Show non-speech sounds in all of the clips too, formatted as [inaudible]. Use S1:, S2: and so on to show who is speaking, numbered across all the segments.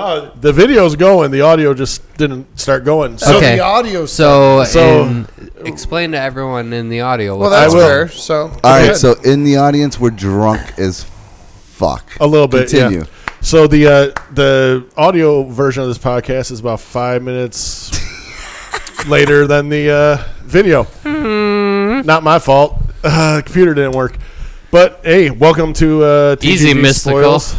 S1: Uh, the video's going. The audio just didn't start going. So
S2: Okay.
S3: the audio
S2: So,
S1: So-
S2: in- uh, explain to everyone in the audio.
S3: Well,
S2: What's
S3: that's
S1: I will.
S3: fair. So
S4: All right,
S1: Good.
S4: so in the audience, we're drunk as fuck.
S2: Oh.
S1: a little bit.
S4: Continue.
S1: Yeah. So the uh, the audio version of this podcast is about five minutes later than the uh, video. Not my fault. Uh, computer didn't work. But hey, welcome to uh, TGD
S2: Easy mystical.
S1: Spoils.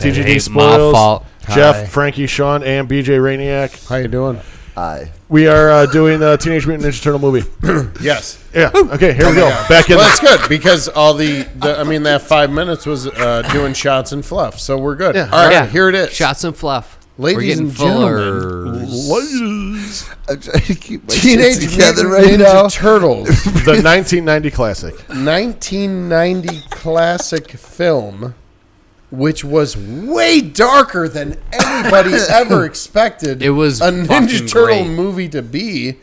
S2: It
S1: TGD
S2: ain't my
S1: spoils.
S2: fault.
S1: Jeff,
S2: Hi.
S1: Frankie, Sean, and BJ Rainiac.
S3: how you doing?
S4: [laughs] Aye.
S1: We are uh, doing the Teenage Mutant Ninja Turtle movie.
S3: Yes.
S1: Yeah. Okay. Here we go. Back in.
S3: Well, that's good because all the, the I mean that five minutes was uh, doing shots and fluff, so we're good.
S1: Yeah.
S3: All right,
S2: Yeah.
S3: here it is.
S2: shots and fluff.
S3: Ladies
S2: We're getting
S3: and
S2: fuller.
S1: Ladies.
S4: I'm trying to keep my
S3: Teenage
S4: shit together
S3: Mutant
S4: right
S3: Ninja
S4: now.
S3: Turtles,
S1: the 1990 classic.
S3: 1990 classic film, which was way darker than anybody ever expected.
S2: It was
S3: a Ninja
S2: fucking
S3: Turtle
S2: great.
S3: movie to be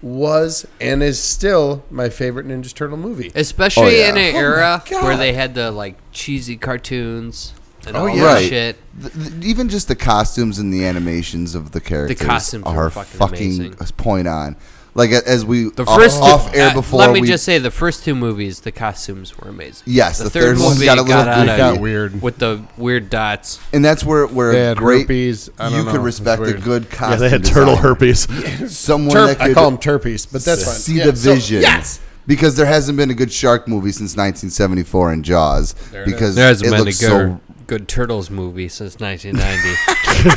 S3: was and is still my favorite Ninja Turtle movie.
S2: Especially
S4: Oh, yeah.
S2: in an
S3: Oh, my
S2: era
S3: God.
S2: where they had the like cheesy cartoons and all
S3: yeah.
S2: that
S4: Right.
S2: shit.
S4: Th- th- even just the costumes and the animations of the characters
S2: costumes
S4: are,
S2: are
S4: fucking,
S2: fucking amazing.
S4: point on. Like a- as we
S2: The
S4: off-
S2: first two-
S4: off, air
S2: uh,
S4: before
S2: Let me
S4: we,
S2: just say, the first two movies, the costumes were amazing.
S4: Yes, the third one
S2: movie
S4: got a little
S2: out of-
S4: goofy. Got
S3: weird.
S2: with the weird dots.
S4: and that's where where
S3: They had
S4: great
S3: herpes. I don't
S4: you
S3: know.
S4: could
S3: It's
S4: respect a
S3: weird.
S4: good costume.
S1: Yeah, they had turtle
S4: designer.
S1: herpes.
S4: Someone
S3: Terp-
S4: that could
S3: I call them terpies, but that's fine.
S4: see
S3: Yeah,
S4: the
S3: so-
S4: vision.
S3: yes.
S4: Because there hasn't been a good shark movie since 1974 in Jaws. because
S2: There hasn't
S4: it
S2: been a good,
S4: looks so.
S2: good Turtles movie since [laughs] 1990.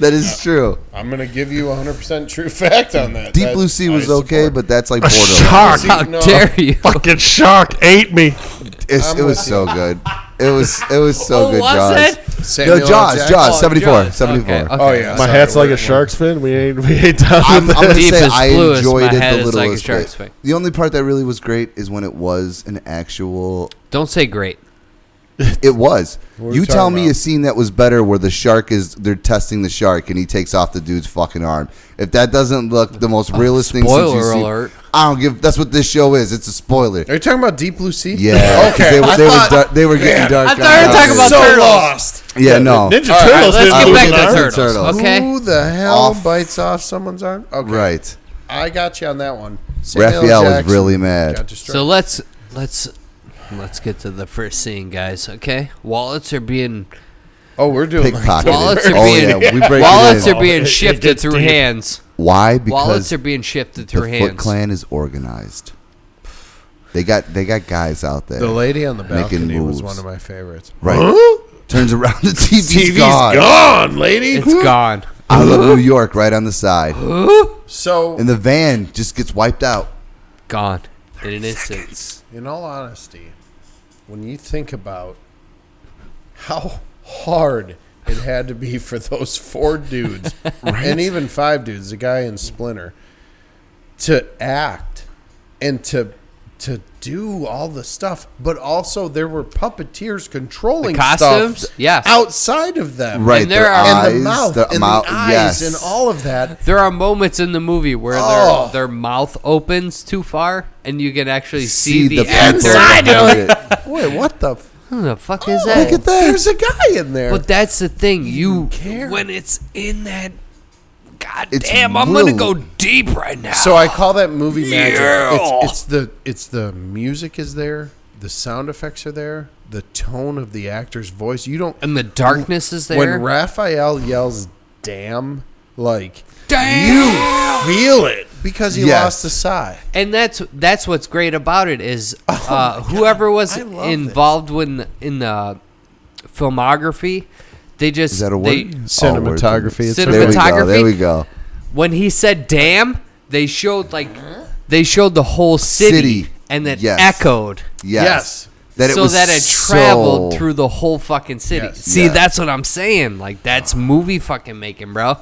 S4: That is true.
S3: I'm gonna give you 100 percent true [laughs] fact on that.
S4: Deep
S3: That
S4: Blue Sea
S3: I
S4: was okay,
S3: support.
S4: but
S3: [laughs]
S4: that's like
S1: A
S4: borderline.
S1: shark.
S3: See,
S2: How
S3: no.
S2: dare you?
S1: Fucking shark ate me.
S4: It's,
S3: I'm
S4: it was
S3: with
S4: so good. It was it was
S3: [laughs]
S4: so
S2: Oh,
S4: good.
S2: was
S4: Jaws.
S2: it?
S3: Samuel
S4: no,
S3: L.
S4: Jaws.
S3: Jackson.
S4: Jaws.
S2: Oh,
S4: 74.
S2: Jaws.
S4: 74.
S2: Okay, okay.
S3: Oh yeah,
S1: My
S3: sorry,
S1: hat's like
S3: we're-
S1: a shark's fin. We ain't we ain't down
S4: I'm,
S1: with
S4: I'm gonna
S1: this.
S2: Deep
S4: say
S2: as
S4: I
S2: blue is
S4: enjoyed
S2: my
S4: it
S2: head
S4: the
S2: is like a
S4: littlest
S2: shark's fin.
S4: bit. The only part that really was great is when it was an actual.
S2: Don't say great.
S4: It was.
S3: What are
S4: you
S3: we
S4: tell
S3: talking
S4: me
S3: about?
S4: a scene that was better where the shark is they're testing the shark and he takes off the dude's fucking arm. If that doesn't look the most realist thing since
S2: Uh, spoiler
S4: you've seen-
S2: alert.
S4: I don't give. That's what this show is. It's a
S3: [laughs]
S4: spoiler.
S3: Are you talking about Deep Blue Sea?
S4: Yeah. 'cause
S3: okay.
S4: They were,
S3: I
S4: they,
S3: thought-
S4: were dar- they were getting dark.
S2: I thought we were
S4: on
S2: talking about
S4: purpose.
S3: so
S2: turtles.
S3: lost.
S4: Yeah, no.
S1: Ninja
S3: right,
S1: Turtles.
S2: let's
S1: didn't
S2: get
S1: do
S2: back
S1: that.
S2: to
S4: [laughs] Turtles.
S2: turtles.
S4: Turtles.
S2: Okay.
S3: Who the hell
S4: Off.
S3: bites off someone's arm? Okay.
S4: Right.
S3: I got you on that one. Samuel L.
S4: Raphael was
S3: Jackson
S4: really mad.
S3: got destroyed.
S2: So let's let's let's get to the first scene, guys. Okay, wallets are being
S3: oh, we're doing.
S4: [laughs] Pickpocket.
S2: Wallets are
S4: Oh
S2: being- [laughs]
S4: yeah, we break
S2: wallets
S4: it
S2: are
S4: in.
S1: It-
S2: being
S1: it
S2: shifted
S1: gets
S2: through
S1: deep.
S2: hands.
S4: Why? Because
S2: Wallets are
S4: the
S2: being shifted through
S4: Foot
S2: hands.
S4: Clan is organized. They got they got guys out there.
S3: The lady on the
S4: Making
S3: balcony was
S4: moves.
S3: one of my favorites.
S4: right.
S1: Huh?
S4: Turns around,
S2: [laughs]
S4: the TV's,
S1: TV's
S4: gone.
S1: gone, lady.
S2: It's gone. [laughs]
S4: I love New York right on the side,
S3: So,
S4: and the van just gets wiped out.
S2: Gone in an instant.
S3: in all honesty, when you think about how hard it had to be [laughs] for those
S2: [laughs]
S3: four dudes and even five dudes, the guy in Splinter, to act and to to do all the stuff, but also there were puppeteers controlling
S2: The costumes?
S3: stuff
S2: Yes.
S3: outside of them.
S4: Right,
S2: there
S4: their
S2: are-
S4: eyes,
S3: And the mouth
S4: their
S3: and
S4: mouth-
S3: the eyes
S4: yes.
S3: and all
S2: [laughs]
S3: of that.
S2: There are moments in the movie where
S3: Oh.
S2: their their mouth opens too far, and you can actually see,
S4: See
S2: the,
S4: the
S2: actor.
S4: people behind it.
S3: Wait, what the f-
S2: Who the fuck
S4: Oh.
S2: is that?
S3: Look at that. There's a guy in there.
S2: But that's the thing. You
S3: care.
S2: when it's in that. [laughs] God
S4: It's
S2: damn! I'm gonna
S4: real.
S2: go deep right now.
S3: So I call that movie magic.
S2: Yeah.
S3: It's, it's the it's the music is there, the sound effects are there, the tone of the actor's voice. You don't
S2: and the darkness is there.
S3: when Raphael yells "damn" like
S2: Damn!
S3: feel it because he
S4: Yes.
S3: lost a sigh.
S2: and that's that's what's great about it is uh, whoever was
S3: I love this.
S2: involved when in the filmography, they just
S4: Is that a word?
S2: they-
S3: Cinematography, it's
S4: There we go.
S2: Cinematography.
S4: There we go.
S2: when he said "damn," they showed like they showed the whole city,
S4: City.
S2: and then
S4: Yes.
S2: echoed.
S4: Yes.
S3: Yes.
S4: That
S2: so that it traveled
S4: so-
S2: through the whole fucking city.
S3: Yes.
S2: See,
S4: Yeah.
S2: that's what I'm saying. Like that's movie fucking making, bro.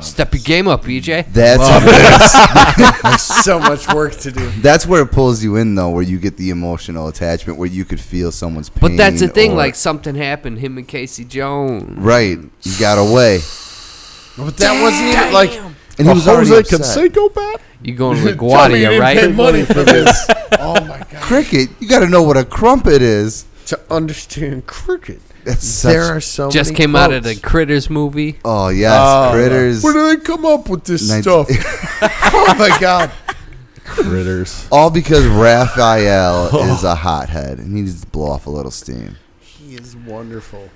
S2: Step your game up, E BJ.
S4: That's
S1: [laughs]
S3: There's so much work to do.
S4: that's where it pulls you in though, where you get the emotional attachment, where you could feel someone's pain.
S2: But that's the thing.
S4: or-
S2: Like something happened. Him and Casey Jones.
S4: right, you got away,
S3: But that wasn't even like
S4: and he was already
S1: Jose
S4: upset.
S1: Canseco back.
S3: [laughs]
S2: You going
S3: tell me you
S2: LaGuardia,
S3: didn't pay
S2: right?
S3: money [laughs] for this. oh my god!
S4: cricket. You got to know what a crumpet is.
S3: To understand cricket.
S4: That's such.
S3: There are so
S2: Just
S3: many
S2: came out of the
S3: quotes.
S2: Critters movie.
S4: oh yes,
S1: Ah.
S4: critters.
S3: Where do they come up with this
S4: Nin-
S3: stuff? oh [laughs] my god!
S1: Critters.
S4: [laughs] All
S1: [laughs]
S4: because Raphael
S1: Oh.
S4: is a hothead and he needs to blow off a little steam.
S3: He is wonderful.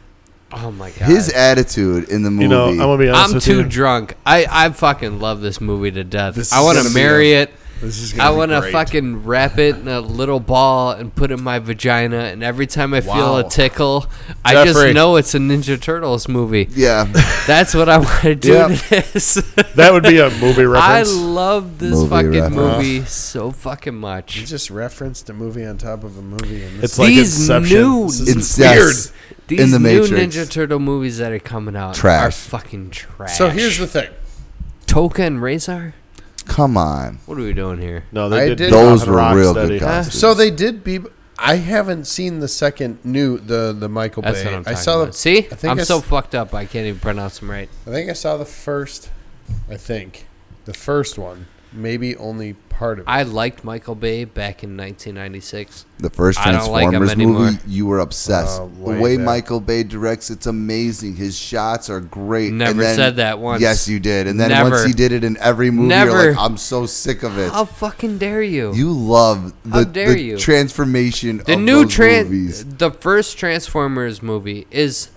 S2: Oh my god.
S4: His attitude in the movie.
S1: You know, I'm gonna be honest
S2: I'm
S1: with
S2: too
S1: you.
S2: drunk. I, I fucking love this movie to death.
S3: This
S2: I
S3: is
S2: want
S3: gonna
S2: to
S3: be
S2: marry it.
S3: This is. Gonna
S2: I
S3: be
S2: want to
S3: great.
S2: fucking wrap it in a little ball and put it in my vagina. And every time I feel
S3: Wow.
S2: a tickle, I just
S1: Jeffrey.
S2: know it's a Ninja Turtles movie.
S1: [laughs]
S4: yeah,
S2: That's what I want to do
S1: Yep.
S2: to this. [laughs]
S1: That would be a movie
S2: I
S1: reference.
S2: love this
S4: Movie
S2: fucking
S4: reference.
S2: movie so fucking
S3: You
S2: much.
S3: just referenced a movie on top of a movie, and this
S1: It's like
S2: These
S1: Inception.
S2: new-
S1: This is-
S4: it's
S3: weird.
S4: yes.
S2: These
S4: the
S2: new
S4: Matrix.
S2: Ninja Turtle movies that are coming out are
S4: Trash.
S2: fucking trash.
S3: So here's the thing.
S2: Toka and Razor.
S4: Come on,
S2: What are we doing here?
S1: no, they
S3: I
S1: did
S3: did-
S4: those
S1: Rock and
S4: were
S1: Rock
S4: real
S1: Steady.
S4: good costumes.
S3: So they did be. I haven't seen the second new the the Michael
S2: That's
S3: Bay.
S2: what I'm
S3: I
S2: talking
S3: saw
S2: about.
S3: the.
S2: See,
S3: I think
S2: I'm
S3: I
S2: so
S3: s-
S2: fucked up. I can't even pronounce them right.
S3: I think I saw the first. I think the first one, maybe only part of it.
S2: I liked Michael Bay back in 1996.
S4: the first
S2: I don't like 'em
S4: Transformers movie,
S2: anymore.
S4: you were obsessed.
S3: Oh,
S4: the
S3: way
S4: way
S3: back.
S4: Michael Bay directs, it's amazing. His shots are great. And
S2: Never
S4: then-
S2: said that once.
S4: Yes, you did. And then once
S2: Never.
S4: he did it in every movie,
S2: Never.
S4: you're like, I'm so sick of it.
S2: How fucking dare you?
S4: You love the,
S2: How dare
S4: the
S2: you.
S4: transformation
S2: the
S4: of
S2: new
S4: those
S2: trans,
S4: movies.
S2: the first Transformers movie is,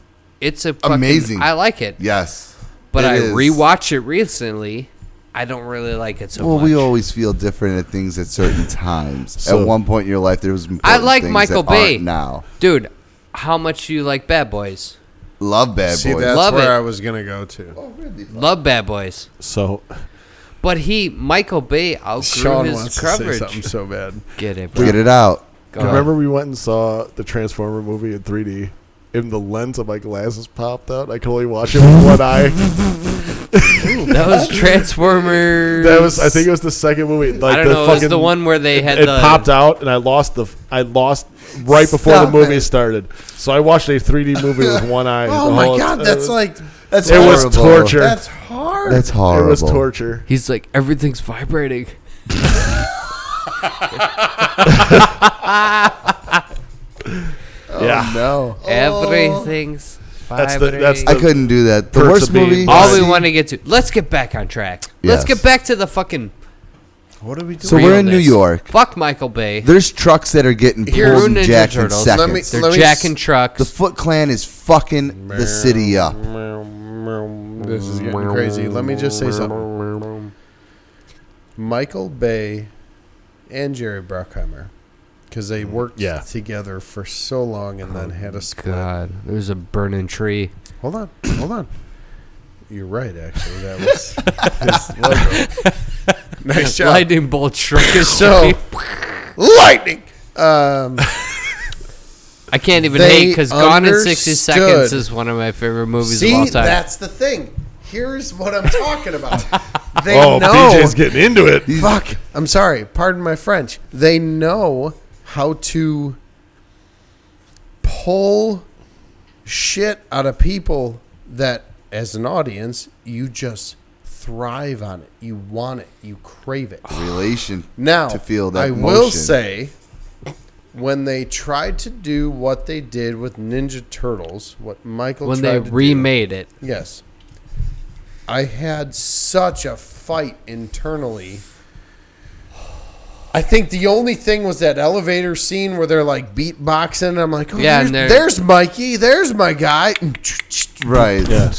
S2: it's a fucking,
S4: Amazing.
S2: I like it,
S4: Yes.
S2: but
S4: it
S2: I
S4: is.
S2: rewatched it recently. I don't really like it so
S4: Well,
S2: much.
S4: we always feel different at things at
S2: [laughs]
S4: certain times.
S1: So-
S4: at one point in your life, there was
S2: I
S4: important
S2: like
S4: things
S2: Michael
S4: that aren't
S2: Bay.
S4: now.
S2: Dude, how much do you like Bad Boys?
S4: Love Bad
S3: See,
S4: Boys.
S3: that's
S2: Love
S3: where
S2: it. Oh,
S3: I was gonna go to.
S2: Love Bad Boys,
S1: So
S2: but he Michael Bay outgrew
S3: Sean
S2: his
S3: wants to say
S2: coverage.
S3: something so bad.
S2: [laughs] Get it, bro?
S4: Get it out.
S2: Go ahead.
S1: remember we went and saw the Transformer movie in 3D, and the lens of my glasses popped out. I could only watch it with one eye.
S2: that was Transformers.
S1: That was, I think, it was the second movie. Like
S2: I don't
S1: the
S2: know.
S1: Fucking,
S2: it was the one where they had
S1: it
S2: the
S1: popped out, and I lost the. I lost right before
S4: Stop
S1: the movie
S4: it.
S1: started. So I watched a 3D movie with one eye.
S3: [laughs] Oh
S1: the
S3: my
S1: whole-
S3: god, that's like
S4: That's
S1: it was
S4: horrible.
S1: torture.
S3: that's hard.
S4: That's
S1: it
S4: horrible.
S1: was torture.
S2: He's like, everything's vibrating.
S1: yeah,
S3: no.
S4: Oh.
S2: Everything's
S1: That's the-
S2: vibrating.
S1: that's the-
S4: I couldn't do that. The
S1: Perks
S4: worst
S1: of being
S4: movie.
S1: black.
S2: all we
S4: See,
S2: want to get to. Let's get back on track. Let's
S4: Yes.
S2: get back to the fucking.
S3: What are we doing?
S4: So we're in New
S2: realness.
S4: York.
S2: Fuck Michael Bay.
S4: There's trucks that are getting
S2: Here,
S4: pulled
S2: Ninja
S4: and jacked in
S2: Turtles. Let
S4: seconds.
S3: me-
S2: They're
S3: let
S2: jacking
S3: s-
S2: trucks.
S4: the Foot Clan is fucking the city up.
S3: This is getting crazy. Let me just say something. Michael Bay and Jerry Bruckheimer, because they
S2: Mm,
S3: worked
S1: Yeah.
S3: together for so long and then had a split.
S2: God, there's a burning tree.
S3: Hold on, hold on. You're right, actually.
S2: [laughs]
S3: That was his logo. Nice job.
S2: Lightning bolt
S3: [laughs]
S2: shrink.
S3: So- Lightning. Um,
S2: I can't even
S3: They
S2: hate because Gone in 60 Seconds
S3: understood.
S2: is one of my favorite movies
S3: see,
S2: of all time.
S3: that's the thing. Here's what I'm
S2: [laughs]
S3: talking about. They
S1: Oh,
S3: know.
S1: PJ's getting into it.
S3: Fuck. I'm sorry. Pardon my French. They know how to pull shit out of people that, as an audience, you just thrive on it. You want it. You crave it.
S4: Relation
S3: Now,
S4: to feel that
S3: I will
S4: emotion.
S3: say, when they tried to do what they did with Ninja Turtles, what Michael
S2: when
S3: tried
S2: they
S3: to do-
S2: remade it.
S3: Yes. I had such a fight internally. I think the only thing was that elevator scene where they're like beatboxing. And I'm like, oh,
S2: Yeah,
S3: there's,
S2: and they're-
S3: there's Mikey, there's my guy.
S4: right.
S1: Yeah.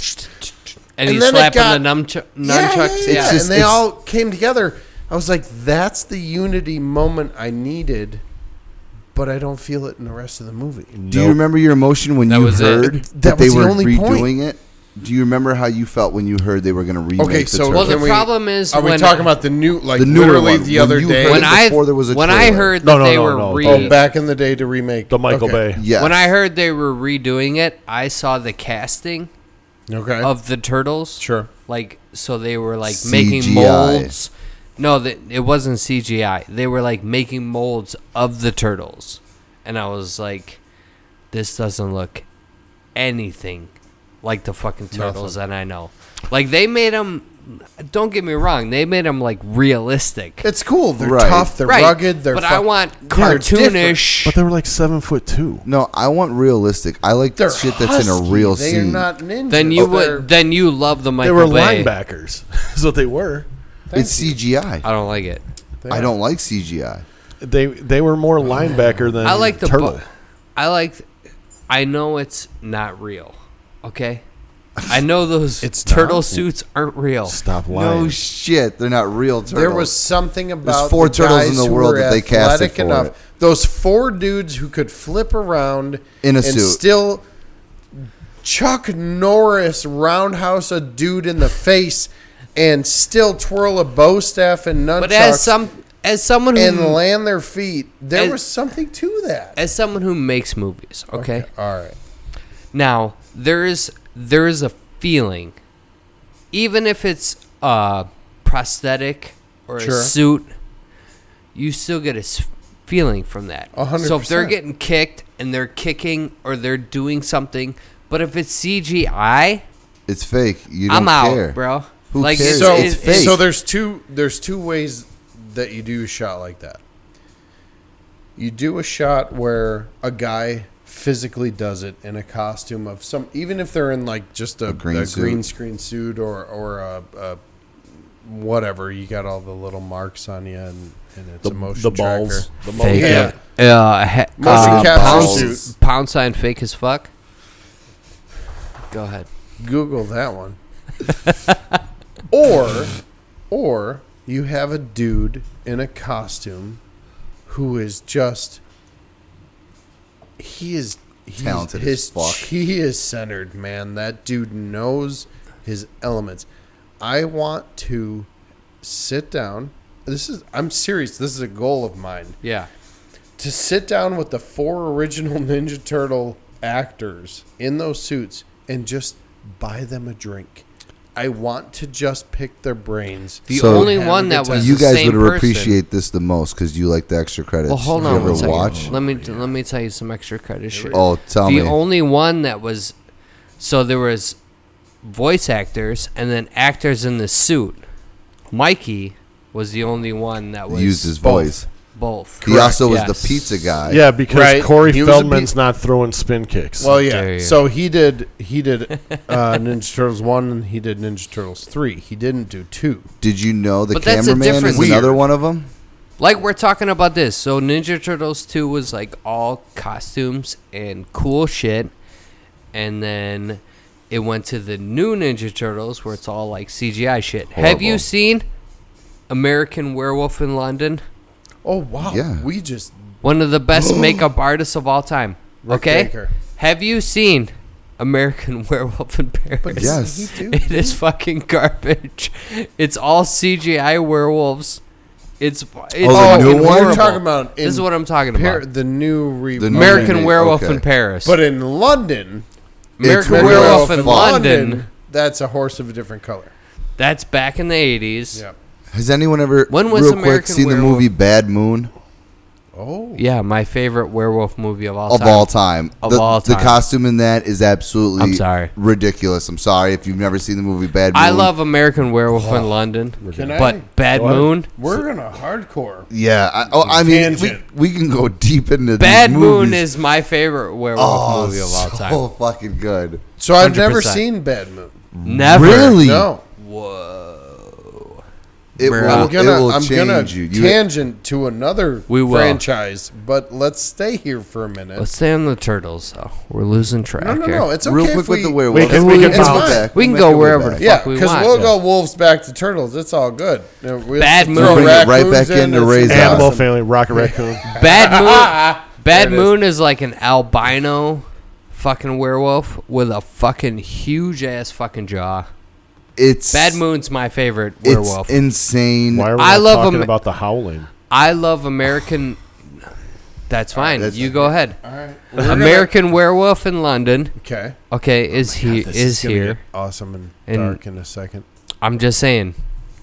S2: And,
S3: And
S2: he's
S3: then it
S2: slapping
S3: got-
S2: the nunchu-
S3: Yeah, yeah,
S2: nunchucks.
S3: yeah,
S4: It's just-
S3: and they
S4: it's-
S3: all came together. I was like, that's the unity moment I needed, but I don't feel it in the rest of the movie.
S4: Do you remember your emotion when
S2: That
S4: you
S2: was it.
S4: heard that,
S3: That
S4: they
S3: was the
S4: were
S3: only
S4: redoing it? Do you remember how you felt when you heard they were going to remake
S3: Okay,
S4: the
S3: so
S4: Turtles?
S2: Well, the
S3: Can we-
S2: problem is
S3: Are we
S2: when
S3: talking about the new, like
S4: The newer
S3: literally
S4: one,
S3: the
S4: when
S3: other
S4: you
S3: day?
S4: heard
S2: when
S4: it
S2: I
S4: before there was a
S2: when I
S4: trailer.
S2: heard that
S1: No, no,
S2: they
S1: no,
S2: were
S1: no.
S2: re-
S3: oh, back in the day to remake
S1: The Michael
S3: Okay.
S1: Bay.
S4: Yes.
S2: when I heard they were redoing it, I saw the casting
S3: Okay.
S2: of the turtles.
S3: Sure.
S2: Like so they were like
S4: CGI.
S2: making molds. No, that it wasn't CGI. They were like making molds of the turtles. And I was like this doesn't look anything like the fucking turtles that I know. Like they made them. Don't get me wrong. They made them like realistic.
S3: It's cool. They're
S4: Right.
S3: tough. They're
S2: right.
S3: rugged. They're
S2: but
S3: fuck-
S2: I want
S3: they're different.
S2: cartoonish.
S1: But they were like seven foot two.
S4: No, I want realistic. I like
S3: They're
S4: shit that's in a
S3: husky.
S4: real
S3: they
S4: scene.
S3: Are not ninjas.
S2: then you
S3: They're-
S2: would. Then you love the
S1: They
S2: Michael
S1: were
S2: Bay.
S1: linebackers. [laughs] Is what they were.
S4: it's CGI.
S2: I don't like it.
S3: they
S4: I
S3: are.
S4: don't like CGI.
S1: They they were more linebacker than
S2: I like the.
S1: turtle.
S2: Bu- I like. I know it's not real. Okay. I know those
S3: [laughs] It's
S2: turtle
S3: not.
S2: suits aren't real.
S1: Stop lying.
S4: No shit, they're not real turtles.
S3: There was something about
S4: four
S3: the
S4: turtles in
S3: guys
S4: the
S3: who
S4: world
S3: were
S4: that they casted
S3: athletic
S4: for
S3: enough.
S4: it.
S3: Those four dudes who could flip around
S4: In a
S3: and
S4: suit.
S3: still Chuck Norris roundhouse a dude in the face and still twirl a bow staff and nunchucks
S2: But as some as someone who
S3: and land their feet. There
S2: As-
S3: was something to that.
S2: as someone who makes movies, okay?
S3: All right.
S2: Now, there is there is a feeling even if it's a prosthetic or
S3: Sure.
S2: a suit, you still get a s- feeling from that.
S3: A hundred
S2: So if they're
S3: percent.
S2: getting kicked and they're kicking or they're doing something, but if it's CGI,
S4: It's fake. You don't
S2: I'm out,
S4: care.
S2: bro.
S4: Who cares?
S3: So,
S4: It's fake.
S3: so there's two there's two ways that you do a shot like that. You do a shot where a guy physically does it in a costume of some, even if they're in like just a, a
S4: green
S3: green,
S4: suit.
S3: screen suit or or a, a whatever. You got all the little marks on you and, and it's
S1: The,
S3: a motion
S1: the balls.
S3: tracker.
S1: The
S2: Fake
S1: balls.
S3: Yeah.
S2: it. Uh, he-
S3: Motion
S2: uh,
S3: capture
S2: pound,
S3: suit.
S2: pound sign fake as fuck. Go ahead.
S3: Google that one. [laughs] or or you have a dude in a costume who is just he is he's,
S4: Talented as
S3: his [laughs]
S4: fuck.
S3: He is centered, man. That dude knows his elements. I want to sit down. This is I'm serious. This is a goal of mine
S2: Yeah.
S3: to sit down with the four original [laughs] Ninja Turtle actors in those suits and just buy them a drink. I want to just pick their brains.
S2: The
S4: So-
S2: only
S3: Have a
S2: one
S3: good
S2: that
S3: time.
S2: was
S4: you
S2: the
S4: guys
S2: same
S4: would
S2: person-
S4: appreciate this the most because you like the extra credits.
S2: Well, hold
S4: You
S2: on
S4: ever
S2: one second.
S4: watch?
S2: Let me let me tell you some extra credit shit.
S4: Oh, tell
S2: the
S4: me.
S2: only one that was so there was voice actors and then actors in the suit. Mikey was the only one that was
S4: Used his
S3: both.
S4: voice.
S2: both.
S4: he also was
S2: Correct, yes.
S4: the pizza guy.
S1: Yeah, because
S3: Right.
S1: Corey
S3: He was a
S1: Feldman's
S3: beat-
S1: not throwing spin kicks.
S3: Well,
S2: dare
S3: yeah.
S2: you.
S3: So he did. He did uh, [laughs] Ninja Turtles one, and he did Ninja Turtles three. He didn't do two.
S4: Did you know the
S2: But that's a
S4: cameraman
S2: different-
S4: is another one of them?
S2: Like we're talking about this. So Ninja Turtles 2 was like all costumes and cool shit. And then it went to the new Ninja Turtles where it's all like CGI shit. Have you
S4: Horrible.
S2: seen American Werewolf in London?
S3: Oh wow!
S4: Yeah.
S3: We just
S2: One of the
S4: [gasps]
S2: best makeup artists of all time.
S3: Rick
S2: okay?
S3: Baker.
S2: Have you seen American [laughs] Werewolf in Paris?
S3: But
S4: Yes.
S3: doesn't he
S2: [laughs]
S3: do
S2: It is fucking garbage. It's all CGI werewolves. It's, it's
S4: Oh,
S2: fucking
S4: the new one?
S2: horrible.
S3: You're talking about
S2: this is
S3: in
S2: what I'm talking
S3: Par-
S2: about.
S3: the new re-
S4: The new
S2: American
S4: remake,
S2: Werewolf
S4: Oh, okay.
S2: in Paris.
S3: but in London,
S2: American
S4: It's
S2: Werewolf,
S4: Werewolf
S2: in
S4: in
S2: London.
S3: That's a horse of a different color.
S2: That's back in the 80s.
S3: Yep.
S4: Has anyone ever
S2: When was
S4: real quick
S2: American
S4: seen
S2: Werewolf?
S4: the movie Bad Moon
S3: Oh.
S2: Yeah, my favorite werewolf movie of all
S4: of
S2: time.
S4: all time?
S2: Of
S4: the,
S2: all
S4: the
S2: time.
S4: costume in that is absolutely
S2: I'm sorry.
S4: ridiculous. I'm sorry if you've never seen the movie Bad Moon.
S2: I love American Werewolf
S4: Oh,
S2: in London.
S3: Can I-
S2: But Bad
S1: Go ahead.
S2: Moon.
S3: We're in a hardcore.
S4: Yeah, I, oh, I mean, we,
S3: Tangent.
S4: we can go deep into
S2: Bad
S4: these
S2: Moon
S4: movies.
S2: is my favorite werewolf
S4: oh,
S2: movie of all time.
S4: [laughs] so fucking good.
S3: So I've never
S2: 100%.
S3: seen Bad Moon.
S2: Never.
S4: Really?
S3: No,
S4: It
S2: Bruh.
S4: will,
S2: I'm
S4: it will change you. you
S3: tangent to another
S2: We will.
S3: franchise, but let's stay here for a minute.
S2: Let's stay on the turtles. though. we're losing track
S3: no, no,
S2: here.
S3: no. It's okay
S4: real
S3: if
S4: quick
S3: we,
S4: with the werewolf.
S1: can- we can bounce.
S2: We can go wherever the
S3: Yeah,
S2: fuck we
S3: because
S2: want.
S3: we'll
S2: Yeah.
S3: go wolves back to turtles. It's all good. Uh, we'll
S2: Bad
S3: just
S2: Moon.
S3: throw
S2: Bring
S4: it right
S3: raccoons
S4: back
S3: in,
S4: into
S3: it's
S4: Raised
S1: Animal
S4: awesome.
S1: Family, Rocket
S3: [laughs]
S1: Raccoon.
S2: [laughs] Bad Moon. Bad Moon is like an albino fucking werewolf with a fucking huge ass fucking jaw.
S4: It's
S2: Bad Moon's my favorite werewolf.
S4: It's insane.
S1: Why are we
S2: I
S1: all
S2: love
S1: talking
S2: Ama-
S1: about the howling?
S2: I love American. That's fine.
S4: that's-
S2: you go ahead.
S3: All right. We're gonna-
S2: American Werewolf in London.
S3: Okay.
S2: Okay, is he
S3: This
S2: is
S3: gonna get
S2: here?
S3: Awesome and,
S2: And-
S3: dark in a second.
S2: I'm just saying.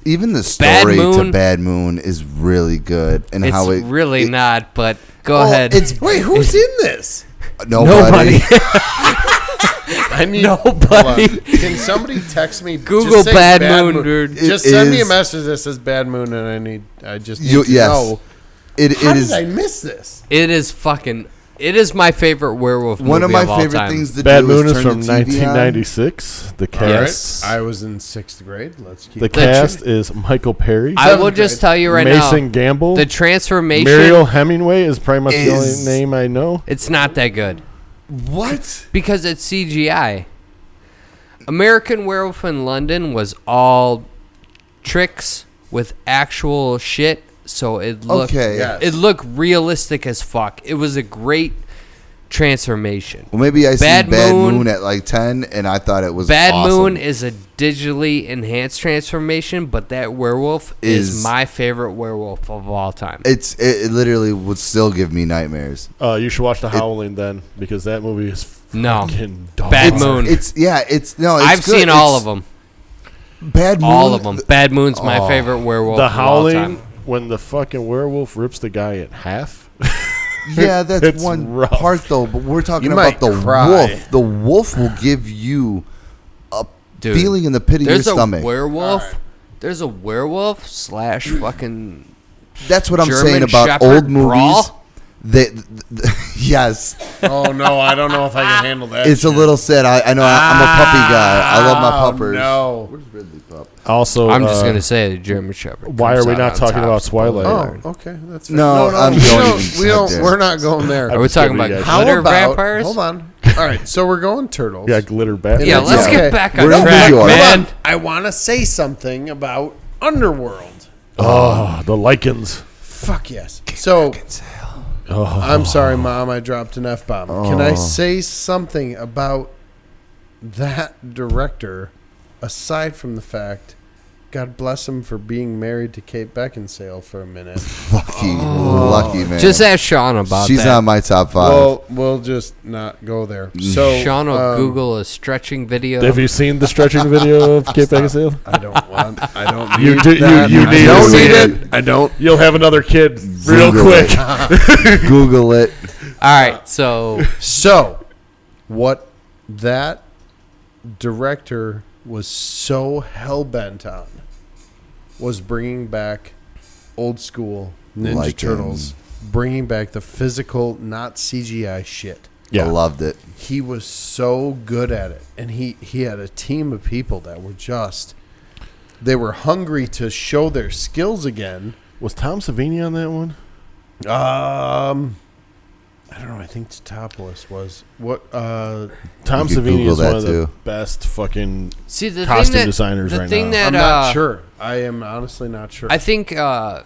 S4: Even the
S2: Bad
S4: story
S2: Moon-
S4: to Bad Moon is really good, and
S2: It's
S4: how it
S2: really
S4: it-
S2: not. But go
S4: Oh,
S2: ahead.
S4: It's
S3: Wait, who's in this?
S4: nobody.
S3: I need.
S2: [laughs] Nobody.
S3: Hold on. Can somebody text me? just
S2: Google
S3: say
S2: Bad Moon, dude.
S3: Just
S4: It
S3: send me a
S4: is-
S3: message that says Bad Moon, and I need. I just need
S4: You-
S3: to
S4: yes.
S3: know.
S4: [laughs] It, it
S3: How
S4: is
S3: did I miss this?
S2: It is fucking. It is my favorite werewolf.
S4: one of
S2: movie
S4: my
S2: all
S4: favorite
S2: time.
S4: things to
S1: Bad
S4: do
S1: Moon
S4: is
S1: is
S4: turn
S1: from
S4: the TV on.
S1: 1996. The
S3: All right.
S1: cast.
S3: I was in sixth grade. Let's keep.
S1: The cast is Michael Perry,
S2: I will
S3: Seventh
S2: just
S3: grade.
S2: tell you right
S1: Mason
S2: now.
S1: Gamble,
S2: The transformation.
S1: Mariel Hemingway is pretty much the
S4: is-
S1: only name I know.
S2: It's not that good
S4: What?
S2: because it's CGI. American Werewolf in London was all tricks with actual shit, so it looked
S4: Okay.
S3: Yeah.
S2: it looked realistic as fuck. It was a great transformation.
S4: Well, maybe I seen
S2: Bad
S4: Bad, Moon.
S2: Moon
S4: at like ten, and I thought it was
S2: Bad
S4: awesome.
S2: Moon is a digitally enhanced transformation, but that werewolf is,
S4: Is-
S2: my favorite werewolf of all time.
S4: It's it, it literally would still give me nightmares.
S1: Uh, you should watch The Howling then, because that movie is
S2: No.
S1: fucking dark.
S2: Bad
S4: It's-
S2: Moon.
S4: It's yeah. It's no. It's
S2: I've
S4: good.
S2: seen all of
S4: It's-
S2: them,
S4: Bad Moon.
S2: all of them. Bad Moon's my
S4: Oh.
S2: favorite werewolf.
S1: The
S2: of all time.
S1: Howling when the fucking werewolf rips the guy in half.
S2: [laughs]
S4: Yeah, that's
S1: It's
S4: one
S1: rough.
S4: part though. But we're talking
S3: You might
S4: about the
S3: cry.
S4: wolf. The wolf will give you a
S2: Dude,
S4: feeling in the pit of your
S2: There's a
S4: stomach.
S2: werewolf.
S3: Alright.
S2: There's a werewolf slash fucking
S4: that's what I'm
S2: German
S4: saying about
S2: Shepherd
S4: old movies.
S2: brawl?
S4: They, th- th- [laughs] yes,
S3: [laughs] oh no, I don't know if I
S4: [laughs]
S3: can handle that.
S4: it's a
S3: shit.
S4: little sad. I, I know I, I'm a puppy guy. I love
S2: Ah,
S3: Oh,
S4: my puppers.
S3: No.
S1: Also,
S2: I'm just
S1: uh,
S2: gonna say the German Shepherd.
S1: why
S2: comes
S1: are we
S2: out
S1: not
S2: on
S1: talking
S2: top.
S1: about Twilight?
S3: Oh, okay, that's fair.
S4: No, I'm
S3: we
S4: going
S3: don't.
S4: even
S3: We
S4: there.
S3: don't we're not going
S4: [laughs]
S3: there.
S2: Are we
S1: Just
S2: talking
S1: kidding,
S2: about
S1: guys.
S3: How
S2: glitter
S3: about
S2: vampires?
S3: hold on? All right, so we're going turtles.
S1: Yeah, glitter bat.
S2: Yeah, let's
S4: Yeah.
S2: get back on
S4: We're in New
S2: track,
S4: York.
S2: man.
S3: Hold on. I want to say something about Underworld.
S1: Oh, the lichens. Oh.
S3: Fuck yes.
S4: [laughs]
S3: So I'm sorry, mom. I dropped an f bomb. Can I say something about that director? Aside from the fact, God bless him for being married to Kate Beckinsale for a minute.
S4: Lucky, lucky man.
S2: Oh. Just ask Sean about
S4: She's
S2: that.
S4: on my top five.
S3: well, we'll just not go there. So
S2: Sean will
S4: Oh,
S3: um,
S2: Google a stretching video.
S1: Have you seen the stretching video of
S4: [laughs]
S1: Kate Beckinsale?
S3: I don't want. I don't.
S1: You
S3: need
S1: do- you-
S3: that.
S1: you
S3: I
S1: need
S3: don't
S4: to see
S3: need
S4: it.
S3: it. I don't.
S1: You'll have another kid real
S4: Google [laughs]
S1: quick.
S4: it. Google it.
S2: All
S1: [laughs]
S2: right, so
S3: So, what that director was so hell bent on was bringing back old school Ninja
S4: Like,
S3: Turtles, bringing back the physical, not CGI shit.
S1: Yeah.
S4: I loved it.
S3: He was so good at it, and he he had a team of people that were just they were hungry to show their skills again.
S1: Was Tom Savini on that one?
S3: Um. I don't know. I think Totopoulos was what? Uh,
S1: Tom
S4: You could
S1: Savini
S4: Google
S1: is one
S4: that
S1: of the
S4: too.
S1: best fucking.
S2: see the
S1: Costume
S2: thing that,
S1: designers
S2: the
S1: right
S2: thing
S1: now.
S2: that
S3: I'm not
S2: uh,
S3: sure. I am honestly not sure.
S2: I think uh,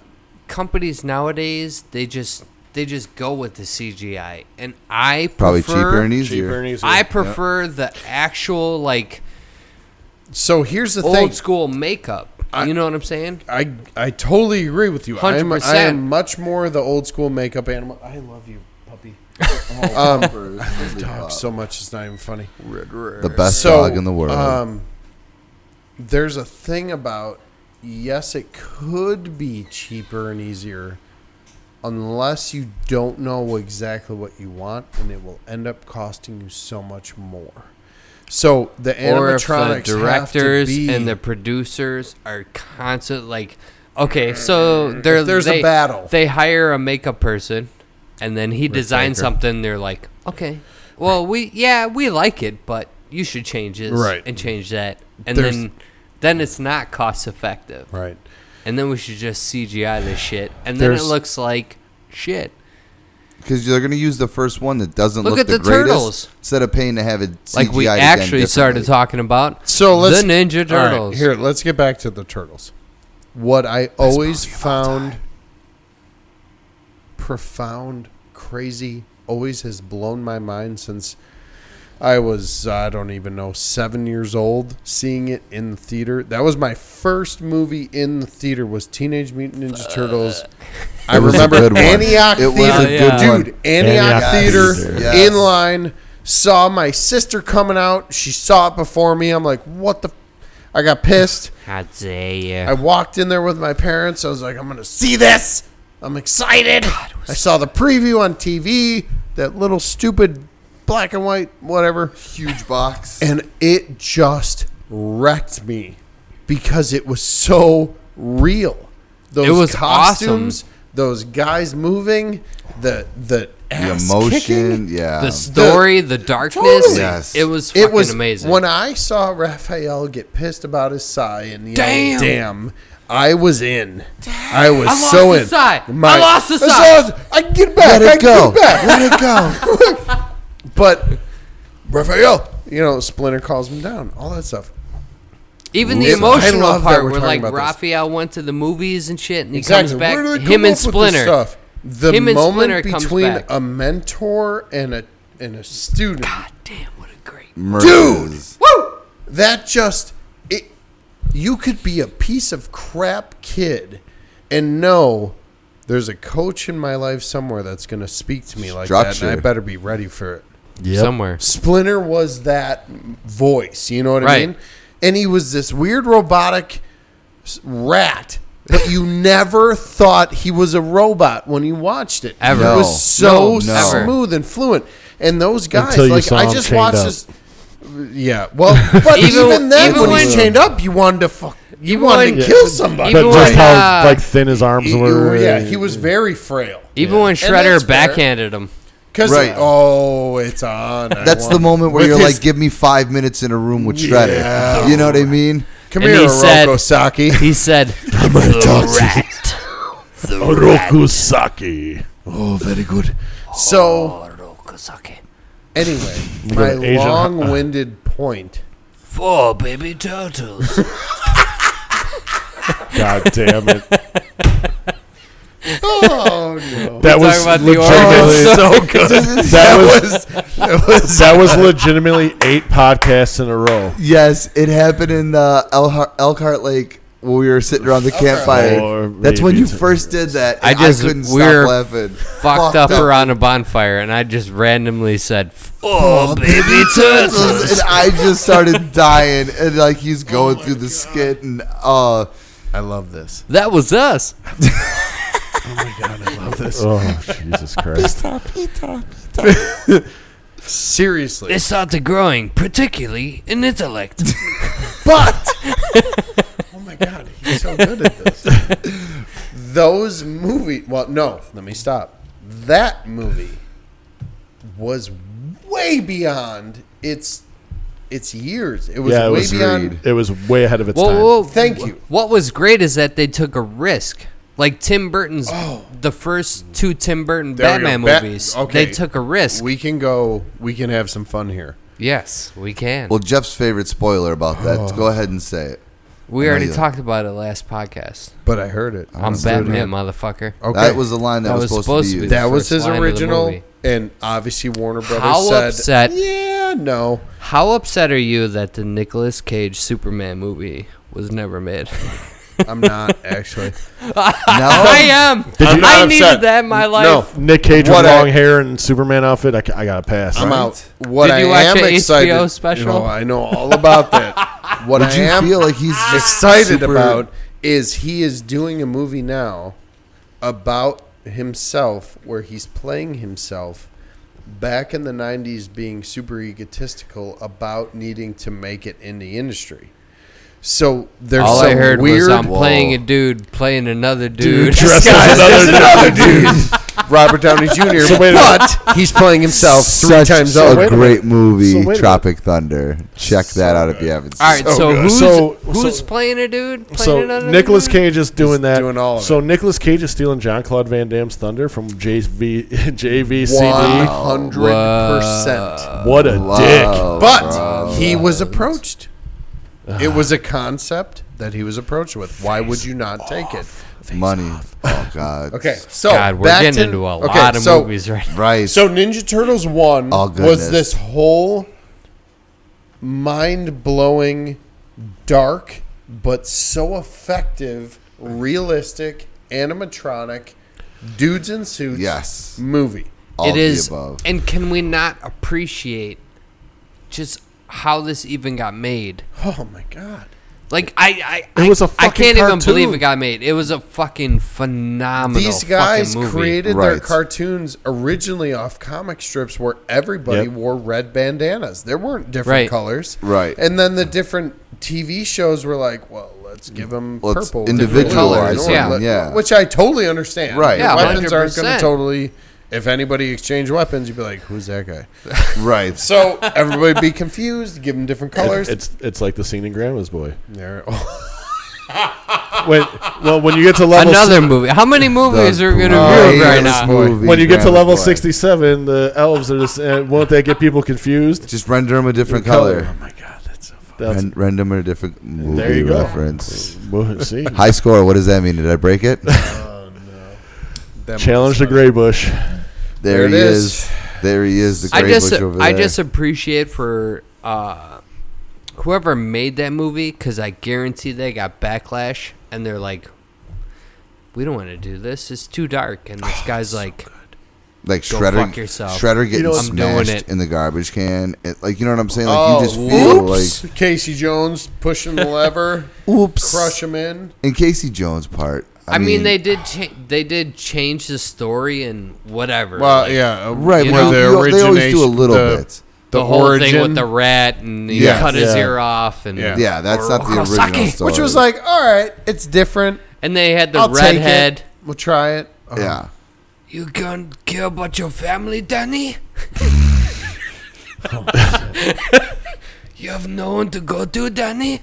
S2: companies nowadays they just they just go with the CGI, and I
S4: Probably
S2: prefer,
S4: cheaper and
S1: Cheaper
S4: easier.
S1: and easier.
S2: I prefer the actual like
S3: so here's the
S2: old
S3: thing.
S2: school makeup.
S3: I-
S2: you know what I'm saying?
S3: I I totally agree with you. I am, I
S2: 100%.
S3: am much more the old school makeup animal. I love you, puppy.
S4: Um,
S3: [laughs] Dog so much it's not even funny.
S4: the best
S3: so,
S4: dog in the world.
S3: Um, there's a thing about yes, it could be cheaper and easier, unless you don't know exactly what you want, and it will end up costing you so much more. So the
S2: Or if
S3: animatronics
S2: the
S3: have to
S2: directors
S3: be-
S2: and the producers are constant like, okay, so they're
S3: If there's a
S2: they,
S3: battle.
S2: They hire a makeup person, and then he designs
S3: Baker.
S2: something. They're like, okay, well we yeah we like it, but you should change this
S3: Right.
S2: and change that, and
S3: There's-
S2: then then it's not cost effective.
S3: right.
S2: And then we should just CGI this shit, and then it
S1: There's-
S2: looks like shit.
S4: Because they're going to use the first one that doesn't
S2: Look
S4: look,
S2: at
S4: the,
S2: the
S4: greatest
S2: turtles.
S4: instead of paying to have it CGI
S2: Like we actually started talking about
S3: So let's
S2: the Ninja
S3: All right,
S2: Turtles.
S3: here, let's get back to the turtles. What I always found profound, crazy, always has blown my mind since I was I don't even know seven years old, seeing it in the theater. That was my first movie in the theater was Teenage Mutant Ninja Turtles. I
S4: It was a
S3: remember
S4: good one.
S3: Antioch
S4: It was
S3: Theater,
S2: a good
S3: dude.
S4: one.
S3: Antioch,
S1: Antioch
S3: Theater,
S1: Theater.
S4: Yes.
S3: in line, saw my sister coming out. She saw it before me. I'm like, what the? F-? I got pissed.
S2: How dare you?
S3: I walked in there with my parents. I was like, I'm going to see this. I'm excited. I saw the preview on TV. That little stupid black and white, whatever.
S4: Huge box.
S3: And it just wrecked me because it was so real. Those
S2: It was
S3: costumes, those guys moving, the the
S4: the
S3: ass
S4: emotion.
S3: kicking.
S4: Yeah.
S2: the story, the, darkness.
S3: Totally.
S4: Yes.
S2: It was fucking
S3: it was
S2: amazing.
S3: When I saw Raphael get pissed about his sigh and yell,
S2: Damn.
S3: "Damn!" I was in. I was
S2: I lost
S3: so
S2: the
S3: in.
S2: sigh. I lost the
S3: I
S2: sigh.
S3: lost- I can get it back.
S4: Let
S3: I can
S4: it go.
S3: Get it back.
S4: Let it go.
S3: But Raphael, you know, Splinter calms him down. All that stuff.
S2: Even the
S3: It's- I
S2: emotional
S3: love that
S2: part
S3: we're
S2: where
S3: talking
S2: like
S3: about this.
S2: Raphael went to the movies and shit, and he comes
S3: Where do
S2: back.
S3: they
S2: Him
S3: come
S2: and
S3: up with this
S2: Splinter.
S3: stuff? The
S2: Him and
S3: moment
S2: Splinter comes
S3: between
S2: back.
S3: a mentor and a and a student.
S2: God damn, what a great.
S4: Murders.
S3: Woo! That just it. You could be a piece of crap kid, and know there's a coach in my life somewhere that's going to speak to me like that, and
S4: Structure.
S3: I better be ready for it.
S2: Somewhere.
S3: Splinter was that voice. You know what
S2: Right.
S3: I mean? And he was this weird robotic s- rat, but you [laughs] never thought he was a robot when you watched it.
S2: Ever.
S3: It
S4: No.
S3: was so
S4: No, no.
S3: smooth and fluent. And those guys,
S1: Until you
S3: like
S1: saw
S3: I
S1: him
S3: just
S1: chained
S3: watched
S1: up.
S3: this. Yeah,
S2: [laughs]
S3: well, but
S2: Even-
S3: even, then,
S2: even
S3: when,
S2: when-
S3: he chained up, you wanted to fuck. You
S2: Even
S3: wanted
S2: when-
S3: to kill somebody.
S2: even
S1: But just
S2: when,
S1: how
S2: uh,
S1: like thin his arms
S3: He- he-
S1: were.
S3: yeah, he
S1: [laughs]
S3: was very frail.
S2: Even when
S3: And that's
S2: Shredder
S3: fair.
S2: backhanded him.
S3: Because
S4: Right.
S3: oh, it's on. I
S4: That's the
S3: want-
S4: moment where
S3: With
S4: you're
S3: his-
S4: like, give me five minutes in a room with Shredder.
S3: Yeah.
S4: You know what I
S3: [laughs]
S4: mean?
S3: come
S2: And
S3: here,
S2: he said-
S3: Roko Saki.
S2: He said,
S3: [laughs]
S2: "The rat."
S1: Orokusaki.
S4: Oh, very good.
S3: So
S2: Orokusaki.
S3: anyway, my
S1: Asian-
S2: [laughs]
S3: long-winded point.
S2: Four baby turtles.
S4: [laughs]
S1: God damn it.
S3: Oh no!
S1: That was
S2: about the
S1: legitimately
S2: Orokusaki.
S1: [laughs] so good.
S4: [laughs]
S1: That was that was legitimately eight podcasts in a row.
S4: Yes, it happened in uh, Elkhart, Elkhart Lake when we were sitting around the campfire.
S1: Or
S4: That's when
S1: maybe
S4: you
S1: two
S4: first did that.
S2: I
S4: and
S2: just-
S4: I couldn't
S2: we were
S4: stop laughing.
S2: [laughs] Fucked up around a bonfire, and I just randomly said, "Four baby turtles."
S4: and I just started dying, and like he's going through the skit, and uh,
S3: I love this.
S2: That was us.
S1: Oh Jesus Christ!
S3: Seriously,
S2: They started growing, particularly in intellect.
S3: but oh my god, he's so good at this.
S2: [laughs]
S3: Those movie. Well, no, let me stop. That movie was way beyond its its years. It was
S1: Yeah, it
S3: way
S1: was
S3: beyond.
S4: agreed.
S1: It was way ahead of its time.
S2: Whoa, whoa.
S3: Thank you.
S2: What was great is that they took a risk. Like Tim Burton's, the first two Tim Burton
S3: Oh. There we go.
S2: Batman
S3: Bat-
S2: movies,
S3: okay.
S2: they took a risk.
S3: We can go. We can have some fun here.
S2: yes, we can.
S4: well, Jeff's favorite spoiler about that. Go ahead and say it.
S2: we already
S4: yeah.
S2: talked about it last podcast.
S3: But I heard it.
S2: I'm
S3: Let's do it
S2: Batman,
S3: again. Oh.
S2: motherfucker.
S3: Okay.
S4: That was the line that, was, supposed, to be used.
S3: [laughs] That was
S2: first
S3: his
S2: line of the
S3: original,
S2: movie.
S3: and obviously Warner Brothers
S2: How
S3: said,
S2: upset-
S3: "Yeah, no."
S2: How upset are you that the Nicolas Cage Superman movie was never
S3: [laughs]
S2: made? [laughs]
S3: I'm not actually.
S2: I
S4: Now,
S2: am.
S1: Did you-
S2: I
S1: I'm
S2: needed
S1: upset.
S2: that in my life.
S3: No,
S1: Nick Cage with
S3: What I-
S1: long hair and Superman outfit. I, ca- I gotta pass.
S3: I'm
S1: right? [laughs]
S3: out. What
S2: Did you
S3: I
S2: watch
S3: am
S2: the HBO
S3: excited.
S2: special?
S3: No, I know all
S2: [laughs]
S3: about that. What
S4: would
S3: I
S4: you
S3: am Ah.
S4: feel like he's just
S3: excited
S4: super-
S3: about is he is doing a movie now about himself where he's playing himself back in the 90s being super egotistical about needing to make it in the industry. So there's
S2: All
S3: some
S2: I heard
S3: weird
S2: was um,
S3: [laughs]
S2: I'm
S4: Whoa.
S2: playing a dude playing another dude. [laughs]
S1: dressed as
S3: Guys, there's
S1: another
S3: another dude. Robert Downey Jr.
S1: So wait a minute.
S3: but he's playing himself three
S4: Such
S3: times
S1: so
S3: over.
S1: wait
S4: a
S1: a
S4: great movie,
S1: So wait a
S4: Tropic Thunder. Check that out if you haven't seen
S2: All right,
S4: it.
S2: so,
S1: good.
S2: who's
S1: So-
S2: who's
S1: so-
S2: playing a dude?
S1: [laughs]
S2: Playing
S1: So
S2: another
S1: Nicolas
S2: dude?
S1: Cage is doing that.
S3: doing all of
S1: so Nicolas Cage is stealing John Claude Van Damme's thunder from JV, [laughs] JVCD.
S3: One hundred percent.
S1: What a
S4: Wow.
S3: But he was approached. It was a concept that he was approached with. Why would you not take it?
S4: Money. Oh, God.
S3: Okay, so
S2: God, we're
S3: back
S2: getting
S3: to-
S2: into a
S3: okay,
S2: lot of
S3: so,
S2: movies right now.
S4: Right.
S3: So Ninja Turtles one
S4: Oh, goodness.
S3: was this whole mind blowing, dark but so effective, realistic animatronic dudes in suits.
S4: Yes.
S3: movie.
S4: all of
S2: it
S4: the
S2: is,
S4: above.
S2: and can we not appreciate just how this even got made?
S3: Oh my god.
S2: Like I, I,
S1: It was a
S2: I- I
S1: fucking
S2: can't even
S1: cartoon.
S2: believe it got made. It was a fucking phenomenal.
S3: These guys
S2: fucking movie.
S3: created their
S4: Right.
S3: cartoons originally off comic strips where everybody
S1: Yep.
S3: wore red bandanas. There weren't different
S2: Right.
S3: colors.
S4: Right.
S3: And then the different TV shows were like, well, let's give them
S4: Let's
S3: purple.
S4: individualize
S3: different
S2: them,
S3: colors.
S4: yeah.
S3: Which I totally understand.
S4: Right.
S3: Your
S4: Yeah,
S3: weapons aren't going to
S2: 100%.
S3: totally. If anybody exchanged weapons, you'd be like, who's that guy? [laughs]
S4: Right.
S3: So everybody would be confused, give them different colors.
S1: It's it's like the scene in Grandma's Boy.
S3: There-
S1: Wait, well, when you get to level
S2: Another movie. How many movies are we gonna
S3: greatest
S2: review right
S4: greatest
S2: now?
S4: movie,
S1: when you get to
S4: Grandma's
S1: level
S4: Boy.
S1: sixty-seven, the elves are just. Uh, won't that get people confused?
S4: just render them a different color.
S1: Oh my god, that's so funny.
S4: Ren- render them a different movie
S1: There you go.
S4: reference.
S1: well, [laughs] see,
S4: High score. What does that mean? Did I
S1: [laughs]
S4: break it?
S3: them
S1: challenge the gray bush.
S4: There,
S3: There
S4: he
S3: it
S4: is.
S3: is.
S4: There he is. The
S2: I
S4: great
S2: just,
S4: bush over
S2: I
S4: there.
S2: just appreciate for uh, whoever made that movie because I guarantee they got backlash and they're like, "We don't want to do this. It's too dark." And this guy's like,
S4: like
S2: Go
S4: Shredder.
S2: fuck yourself.
S4: Shredder getting
S1: You know,
S2: I'm doing
S4: smashed
S2: it.
S4: in the garbage can. It, like you know what I'm saying? Like
S3: Oh,
S4: you just feel
S3: oops. Casey Jones pushing the lever,
S4: like [laughs] oops.
S3: crush him in.
S4: In Casey Jones part. I, uh,
S2: "I mean, they did, cha- they did change the story and whatever."
S3: Well,
S2: like,
S3: yeah, uh,
S4: right.
S3: you
S4: well,
S3: know,
S4: you- they always do a
S3: origination-
S4: little
S3: the-
S4: bit.
S2: the,
S3: The,
S2: whole
S3: origin,
S2: thing with the rat and he
S3: Yes.
S2: cut his
S1: Yeah.
S2: ear off and
S3: Yeah.
S4: Yeah, that's not the
S2: Orokosaki,
S4: original story.
S3: which was like, all right, it's different.
S2: and they had the
S3: I'll take
S2: redhead.
S3: it. We'll try it. Uh,
S4: yeah.
S2: Oh, You can't care about your family,
S3: [laughs]
S2: Danny.
S3: Oh,
S2: [laughs] you have no one to go to, Danny.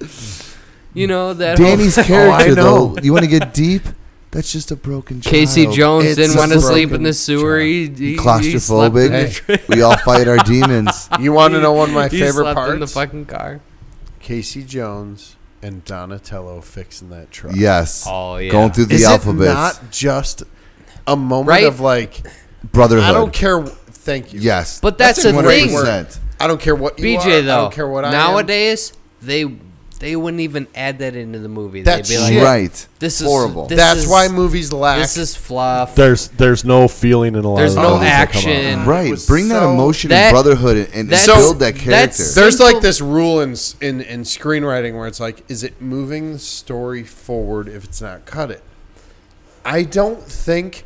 S2: You know that. whole-
S4: Danny's character though. You want to get deep? That's just a broken child.
S2: Casey Jones
S4: It's
S2: didn't
S4: just
S2: want
S4: a
S2: to sleep in
S4: broken
S2: the sewer. He, he, he slept in the-
S4: claustrophobic. we all fight our demons.
S3: You want to know one of [laughs] my
S2: he
S3: favorite
S2: slept in the
S3: parts?
S2: fucking car.
S3: Casey Jones and Donatello fixing that truck.
S4: Yes.
S2: [laughs] Oh, yeah.
S4: Going through the
S3: Is
S4: alphabets.
S3: it not just a moment
S2: Right?
S3: of like,
S4: Brotherhood.
S3: I don't care. Thank you.
S4: Yes.
S2: But that's,
S3: That's a
S2: the
S3: great
S2: thing,
S3: word. I don't care what you
S2: BJ.
S3: are.
S2: Though
S3: I don't care what I am.
S2: nowadays they they wouldn't even add that into the movie.
S3: That's
S2: They'd be like,
S3: shit.
S4: right.
S2: This is
S4: Horrible.
S2: This
S3: That's
S2: is,
S3: why movies lack.
S2: this is fluff.
S1: There's there's no feeling in a lot.
S2: There's
S1: of
S2: no
S1: movies that come out.
S2: action.
S3: It
S4: Right.
S3: was
S4: Bring that
S3: so-
S4: emotion
S2: That-
S4: and brotherhood and, and
S2: that's-
S4: build that character.
S2: that's-
S3: There's
S2: simple-
S3: like this rule in, s- in in screenwriting where it's like, is it moving the story forward if it's not cut it? I don't think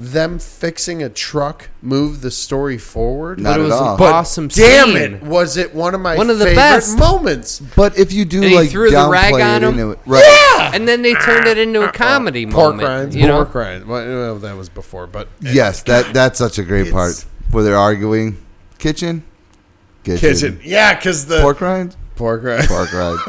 S3: them fixing a truck moved the story forward.
S4: Not
S2: but it
S4: at
S2: was
S4: all.
S2: an
S4: But
S2: awesome
S3: Damn
S2: scene.
S3: it! Was it one of my
S2: One of the
S3: favorite
S2: best.
S3: moments?
S4: but if you do
S2: And he
S4: like
S2: threw the rag
S4: downplay
S2: on
S4: it
S2: him.
S4: into it- right.
S2: And then they turned it into a comedy
S3: Uh, Pork
S2: moment.
S3: rinds,
S2: you know?
S3: pork rinds. Well, well, that was before, but
S4: Yes, that that's such a great part
S3: It's-
S4: where they're arguing. Kitchen. Kitchen.
S3: kitchen. Yeah, because the pork,
S4: Pork rind.
S3: rinds. [laughs]
S4: Pork rind.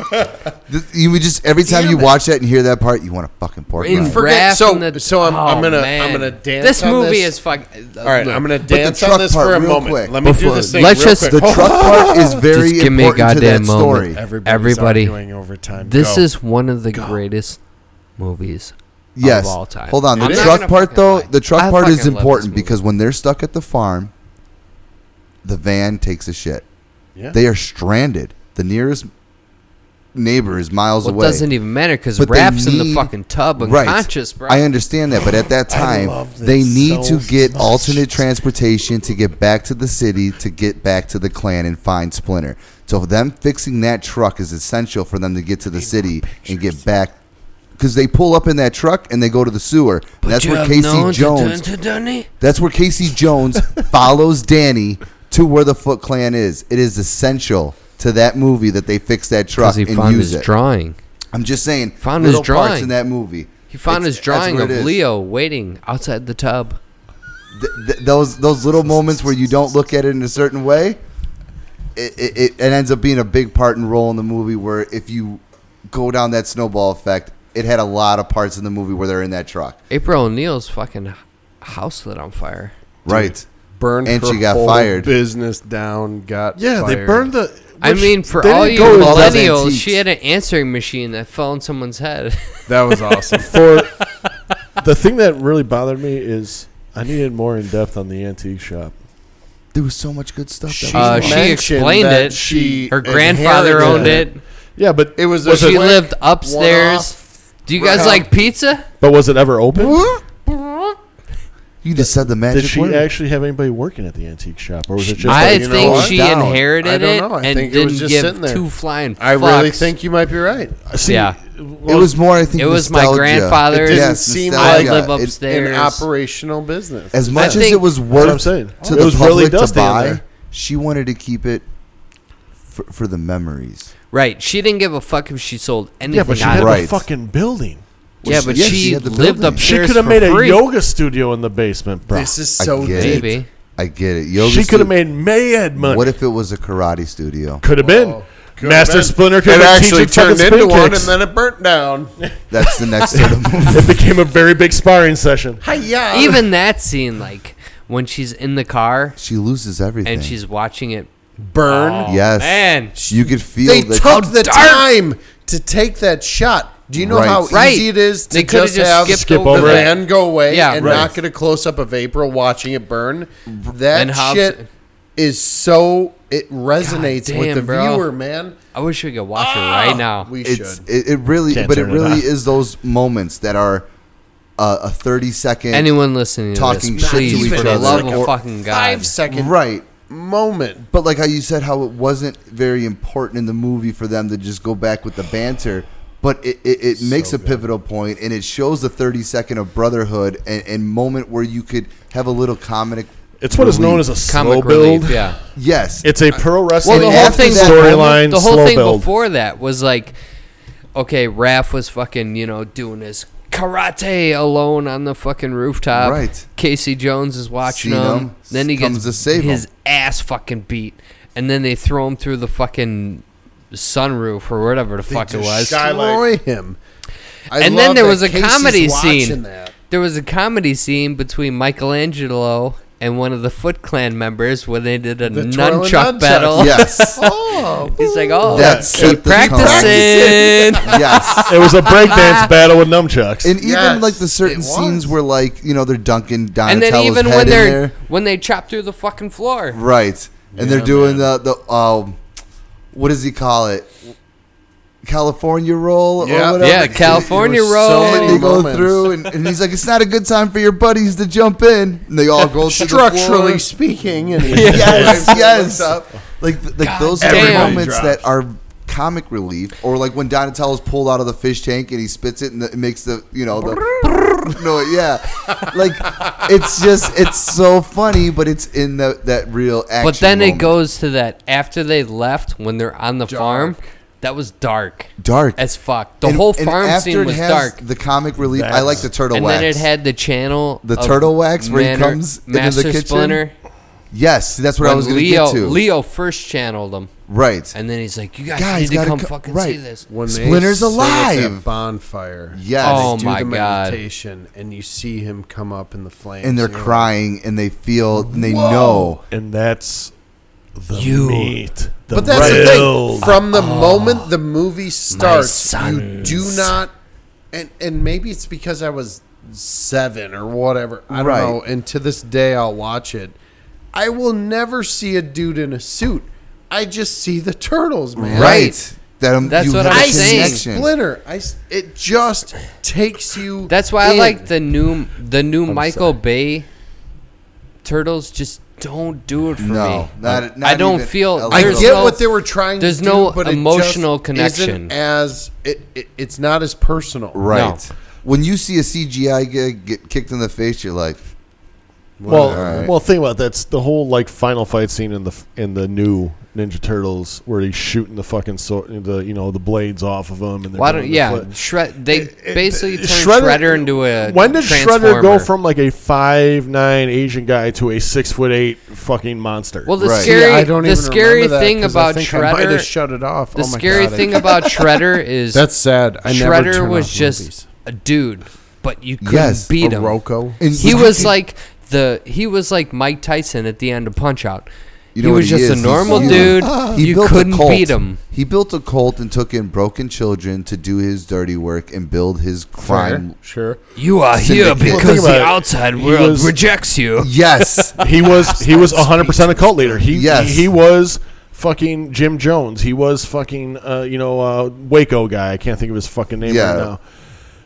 S4: Th- you would just every time
S3: Damn
S4: you
S3: it.
S4: watch that and hear that part, you want a fucking pork
S2: In
S4: rind.
S2: fr-
S3: Forget- so-
S2: Wrath in the-
S3: so I'm- I'm
S2: Oh,
S3: gonna-
S2: man.
S3: I'm gonna dance
S2: This
S3: on
S2: movie
S3: this.
S2: is fucking.
S3: All right, I'm gonna
S4: But the
S3: dance on
S4: truck
S3: this
S4: part
S3: for a
S4: real
S3: moment.
S4: quick.
S3: Let me do this thing
S2: let's
S3: real
S2: just-
S3: quick.
S4: the truck part is very
S2: give me a
S4: important to that
S2: goddamn moment.
S4: story.
S3: Everybody's
S2: Everybody-
S3: arguing over time.
S2: This
S3: Go.
S2: is one of the greatest movies
S4: yes.
S2: of all time.
S4: Hold on. The
S2: I'm not
S4: truck
S2: gonna
S4: part,
S2: fucking
S4: though,
S2: lie.
S4: the truck
S2: I
S4: part is
S2: fucking love this
S4: important
S2: movie.
S4: because when they're stuck at the farm, the van takes a shit.
S3: Yeah.
S4: They are stranded. The nearest neighbor is miles
S2: Well, it
S4: away.
S2: doesn't even matter because
S4: But they
S2: Rap's in the
S4: need-
S2: fucking tub
S4: Right.
S2: unconscious, bro.
S4: I understand that, but at that time,
S3: love this
S4: they need
S3: so
S4: to get
S3: much.
S4: alternate transportation to get back to the city, to get back to the clan and find Splinter. So them fixing that truck is essential for them to get to the city and get back. Because they pull up in that truck and they go to the sewer.
S2: But
S4: that's
S2: you
S4: where
S2: have
S4: Casey
S2: no one to
S4: Jones.
S2: turn to, Danny?
S4: That's
S2: [laughs]
S4: where Casey Jones follows Danny to where the Foot Clan is. It is essential to that movie that they fix that truck
S2: 'Cause he
S4: and
S2: found
S4: use
S2: his
S4: it.
S2: drawing.
S4: I'm just saying,
S2: Found his
S4: little parts
S2: drawing.
S4: in that movie.
S2: He found
S4: It's-
S2: his
S4: that's
S2: drawing
S4: where
S2: of
S4: it is.
S2: Leo waiting outside the tub.
S4: Th- th- those those little moments where you don't look at it in a certain way, it, it, it it ends up being a big part and role in the movie. Where if you go down that snowball effect, it had a lot of parts in the movie where they're in that truck,
S2: April O'Neil's fucking house lit on fire.
S4: right?
S3: burned
S4: and
S3: her
S4: she got
S3: whole
S4: fired.
S3: Business down, got
S1: Yeah, they
S3: fired.
S1: burned the.
S2: I
S1: which-
S2: mean, for
S1: they
S2: all
S1: didn't [laughs]
S2: you
S1: go to
S4: all that
S2: millennials,
S4: antiques.
S2: she had an answering machine that fell on someone's head.
S3: [laughs]
S2: [laughs]
S3: That was awesome.
S1: for [laughs] the thing that really bothered me is I needed more in depth on the antique shop.
S4: There was so much good stuff. That
S2: Uh,
S4: was
S2: she
S4: in
S3: mentioned
S2: explained
S3: that
S2: it.
S3: she
S2: Her grandfather
S3: inherited
S2: owned it.
S1: Yeah, but
S3: It was a
S1: was
S2: She
S1: it,
S3: quick
S2: lived upstairs.
S3: one-off
S2: Do you guys
S3: round.
S2: like pizza?
S1: but was it ever open?
S4: that. you You just said the magic
S1: Did she
S4: word.
S1: actually have anybody working at the antique shop, or was it just?
S2: I
S1: like,
S3: you know
S2: think
S3: what?
S2: she
S3: I
S4: Down.
S2: inherited
S3: don't
S2: it
S3: know. I
S2: and
S3: think it was
S2: didn't
S3: just sitting
S2: give
S3: there.
S2: two flying.
S3: I really
S2: fucks.
S3: think you might be right.
S1: see,
S2: yeah.
S1: well,
S4: it was more, I think,
S2: It was my
S4: nostalgia.
S2: grandfather. It
S3: didn't seem
S4: nostalgia.
S3: like I live
S4: It-
S2: upstairs.
S3: An operational business.
S4: as much as
S2: think-
S4: it was
S1: what I'm
S4: worth
S1: saying.
S4: to
S1: It
S4: the
S1: was
S4: public
S1: really
S4: to
S1: dusty in
S4: buy,
S1: there.
S4: she wanted to keep it for, for the memories.
S2: Right. She didn't give a fuck if she sold anything.
S1: yeah, but she
S2: out
S1: had the
S2: of
S4: Right.
S1: fucking building.
S2: Yeah,
S4: Well,
S2: but
S4: yeah,
S2: she
S4: had the
S2: lived
S4: building.
S1: She
S2: Upstairs
S1: could have
S2: for
S1: made a
S2: free.
S1: yoga studio in the basement, bro.
S3: This is
S4: I
S3: so
S4: get
S3: deep.
S4: it.
S2: Maybe.
S4: I get it. Yoga
S1: she could
S4: stu-
S1: have made mad money.
S4: What if it was a karate studio?
S1: could have been.
S3: Whoa. Could've
S1: Master
S3: been.
S1: Splinter could
S3: It
S1: have
S3: actually turned into one, and then it burnt down.
S4: That's the next
S2: [laughs]
S4: sort of movie.
S1: it became a very big sparring session.
S3: [laughs] Hi-ya.
S2: Even that scene, like when she's in the car
S4: She loses everything.
S2: and she's watching it.
S3: burn.
S2: Oh,
S4: Yes.
S2: Man.
S4: you could feel
S3: they
S4: that
S3: took the
S2: dark.
S3: time to take that shot. Do you know
S4: Right.
S3: how
S2: Right.
S3: easy it is to
S2: They coulda
S3: just,
S2: just
S3: have
S2: skipped
S1: Skip
S3: the
S1: over it.
S3: van go away
S2: Yeah,
S3: and
S2: right.
S3: not get a close up of April watching it burn? That
S2: And Hobbs-
S3: shit is so it resonates
S2: God
S3: with
S2: damn,
S3: the
S2: bro.
S3: viewer, man.
S2: I
S3: Ah,
S2: wish we could watch it right now.
S3: We
S4: it's
S3: should.
S4: it, it really
S1: Can't
S4: but it
S1: turn it
S4: really
S1: off.
S4: is those moments that are uh, a 30 second
S2: Anyone listening to
S4: Talking
S2: this,
S4: shit to
S2: please,
S4: each
S2: for the
S4: other.
S2: love
S4: Like
S2: of
S4: a
S2: fucking God.
S3: Five second
S4: right
S3: moment.
S4: but like how you said how it wasn't very important in the movie for them to just go back with the banter but it, it, it makes a pivotal point and it shows the 30 second of brotherhood and, and moment where you could have a little comic
S1: It's what is known as a slow
S2: Comic
S1: build.
S2: relief, yeah.
S4: yes
S1: It's a pro wrestling
S2: Well, the whole
S4: after
S2: thing
S4: that
S1: storyline.
S2: The whole
S1: slow
S2: thing
S1: build.
S2: before that was like, okay, Raph was fucking you know doing his karate alone on the fucking rooftop.
S4: Right.
S2: Casey Jones is watching
S4: Seen
S2: him.
S4: him,
S2: Then he
S4: comes
S2: gets
S4: to save him.
S2: his ass fucking beat, and then they throw him through the fucking sunroof or whatever the fuck it was.
S3: Destroy him. I
S2: And then
S3: love
S2: there
S3: that
S2: was a
S3: Casey's
S2: comedy
S3: watching
S2: scene.
S3: That.
S2: There was a comedy scene between Michelangelo and one of the Foot Clan members when they did a
S3: The twirling
S2: nunchuck
S3: nunchuck.
S1: [laughs]
S2: battle.
S4: yes
S3: Oh,
S2: [laughs] He's like, oh,
S4: That set
S2: keep
S4: the tone.
S2: practicing. [laughs]
S4: yes
S1: It was a breakdance battle with nunchucks.
S4: and even
S3: Yes,
S4: like the certain
S3: it
S4: scenes
S3: was.
S4: where like you know they're dunking
S2: and then
S4: Donatello's
S2: even
S4: head
S2: when
S4: in
S2: they're
S4: there
S2: when they chop through the fucking floor,
S4: Right. And they're doing the the um, what does he call it? California roll
S3: Yeah.
S4: or whatever.
S2: Yeah, California
S4: And
S2: roll.
S4: they go
S3: moments.
S4: through, and, and he's like, "It's not a good time for your buddies to jump in." And they all go to the floor.
S3: Structurally speaking, and
S4: [laughs] yes, yes. Like th- like those are the
S2: damn.
S4: moments that are comic relief, or like when Donatello's pulled out of the fish tank and he spits it and it makes the you know the [laughs] no yeah, like it's just it's so funny, but it's in the that real action.
S2: but then
S4: moment.
S2: it goes to that after they left when they're on the farm. That was dark
S4: dark
S2: as fuck. The
S4: And-
S2: whole
S4: and
S2: farm
S4: after
S2: scene
S4: it
S2: was
S4: has
S2: dark.
S4: The comic relief. I
S1: That's-
S4: like the turtle
S2: And
S4: wax.
S2: then it had the channel.
S4: The
S2: of
S4: turtle wax where he
S2: Manor-
S4: comes into the
S2: Master
S4: kitchen?
S2: Splinter.
S4: yes, that's what I
S2: when
S4: was going to
S2: Leo
S4: get to.
S2: Leo first channeled him,
S4: right.
S2: and then he's like, "You guys,
S4: Guys,
S2: need to
S4: gotta
S2: come
S4: co-
S2: fucking
S4: right.
S2: see this."
S3: when they
S4: Splinter's
S3: sit at that
S4: alive.
S3: bonfire.
S4: Yes.
S2: Oh
S3: do
S2: my
S3: the
S2: God.
S3: meditation, and you see him come up in the flames,
S4: and they're
S3: you're like,
S4: crying and they feel and they know.
S1: and that's the
S2: You-
S1: meat. The
S3: But that's the
S1: build.
S3: thing. From
S2: Oh.
S3: the moment the movie starts, you
S2: sons.
S3: do not, and and maybe it's because I was seven or whatever. I don't
S4: Right.
S3: know. And to this day, I'll watch it. I will never see a dude in a suit. I just see the turtles, man.
S4: Right. That um,
S2: That's
S4: you
S2: what
S4: have
S2: I'm
S4: a
S2: saying.
S4: connection.
S3: Splinter. I s- it just takes you.
S2: That's why I
S3: in.
S2: like the new the new Michael Bay turtles. Just don't do it for
S4: No,
S2: me.
S4: not- not
S2: I don't
S4: even
S2: feel.
S4: a
S2: there's
S3: I
S4: There's
S3: get
S2: no-
S3: what they were trying.
S2: there's
S3: to
S2: no
S3: do, but it
S2: emotional
S3: just
S2: connection.
S3: Isn't as it, it, it's not as personal.
S4: Right. When you see a CGI get, get kicked in the face, you're like,
S1: Well,
S4: Right.
S1: well, think about it. that's the whole like final fight scene in the f- in the new Ninja Turtles where he's shooting the fucking sword, the you know the blades off of him. And they're
S2: Why
S1: doing
S2: don't
S1: the
S2: yeah?
S1: flip.
S2: Shred. They
S1: It-
S2: basically
S1: it-
S2: turned Shredder, into a
S1: When did Shredder go
S2: Transformer.
S1: from like a five nine Asian guy to a six foot eight fucking monster?
S2: Well, the
S4: Right.
S2: scary
S3: See, I don't
S2: the
S3: even
S2: scary
S3: remember that
S2: thing
S3: 'cause
S2: about
S3: I think I might have
S2: Shredder
S3: shut it off.
S2: the
S3: Oh my
S2: scary
S3: God, I-
S2: thing
S3: [laughs]
S2: about Shredder is
S3: that's sad. I never
S2: Shredder
S3: turn
S2: was
S3: off
S2: just
S3: movies.
S2: a dude, but you couldn't
S4: Yes,
S2: beat
S3: Or
S2: him.
S3: Rocco.
S4: and
S2: He was like the he was like Mike Tyson at the end of Punch Out.
S4: You know
S2: he
S4: what
S2: was just
S4: is?
S2: a
S4: He's
S2: normal
S4: human. Ah,
S2: dude.
S4: [laughs] He
S2: you
S4: built a
S2: couldn't
S4: cult.
S2: beat him.
S4: He built a cult and took in broken children to do his dirty work and build his crime.
S3: Sure.
S2: You are here
S4: Syndicate.
S2: because
S1: Well, think
S2: the
S1: about it.
S2: outside
S1: He
S2: world
S1: was-
S2: rejects you. [laughs]
S4: Yes.
S1: he was he was 100 percent a cult leader. He,
S4: Yes.
S1: he he was fucking Jim Jones. He was fucking uh, you know uh, Waco guy. I can't think of his fucking name
S4: Yeah.
S1: right now.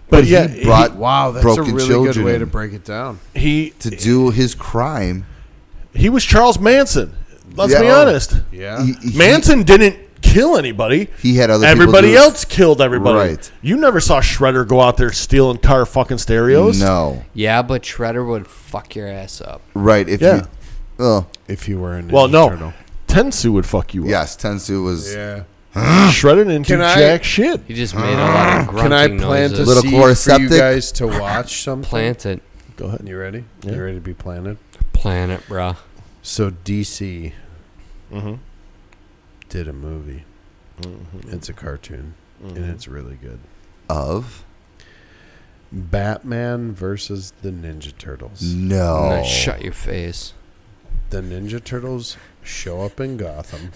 S1: But yeah,
S4: he brought
S3: Wow, that's a
S4: broken
S3: really good
S4: children
S3: way
S4: in
S3: to break it down.
S1: he
S4: to do his crime.
S1: he was Charles Manson. Let's
S4: Yeah. oh.
S1: be honest.
S3: Yeah.
S4: He- he-
S1: Manson didn't kill anybody.
S4: He had other people
S1: everybody
S4: do it.
S1: else killed everybody.
S4: Right.
S1: You never saw Shredder go out there stealing car fucking stereos.
S4: No,
S2: Yeah, but Shredder would fuck your ass up.
S4: right? If
S1: Yeah.
S4: you, oh
S3: If you were in
S1: Well, no. Tensu would fuck you up.
S4: yes, Tensu was
S3: Yeah.
S1: [gasps] Shredder didn't do
S3: Can I-
S1: jack shit.
S2: He just made a lot
S4: [gasps]
S2: of
S3: Can
S2: grunting
S3: I plant a
S2: noises.
S4: Little
S3: seed for you
S4: chloroseptic?
S3: guys to watch something?
S2: Plant it.
S1: Go ahead.
S3: You ready?
S1: Yeah.
S3: You ready to be planted?
S2: Plant it, bruh.
S3: So DC
S1: Mm-hmm.
S3: did a movie. It's a cartoon, and it's really good.
S4: of
S3: Batman versus the Ninja
S4: Mm.
S3: Turtles.
S2: I'm
S4: no.
S2: gonna shut your face.
S3: The Ninja Turtles show up in Gotham.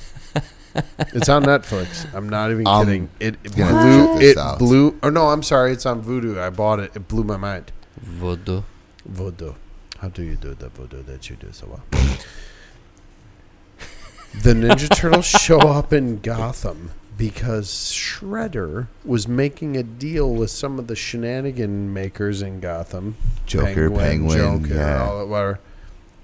S3: it's on Netflix. I'm not even
S4: I'm
S3: kidding. It, it
S4: gonna
S3: blew.
S4: Um, check this
S3: It
S4: out.
S3: blew. Or no, I'm sorry. It's on Voodoo. I bought it. It blew my mind.
S2: Voodoo.
S3: Voodoo. How do you do the voodoo that you do so
S4: [laughs]
S3: well? the Ninja Turtles show up in Gotham because Shredder was making a deal with some of the shenanigan makers in Gotham.
S4: Joker, Penguin,
S3: Joker,
S4: yeah.
S3: all that whatever.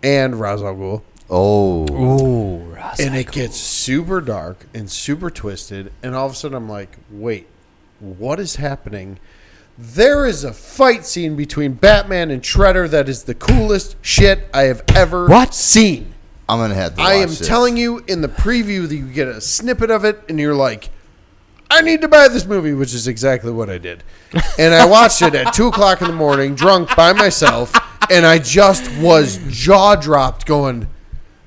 S3: And Ra's al Ghul.
S4: Oh,
S2: Ooh, Ross.
S3: And it gets super dark and super twisted. And all of a sudden, I'm like, wait, what is happening? There is a fight scene between Batman and Shredder that is the coolest shit I have ever
S2: What?
S3: seen.
S4: I'm gonna have to.
S3: I am
S4: watch this.
S3: telling you in the preview that you get a snippet of it, and you're like, I need to buy this movie, which is exactly what
S2: [laughs]
S3: I did. And I watched it at two o'clock in the morning, drunk by myself, and I just was jaw dropped, going,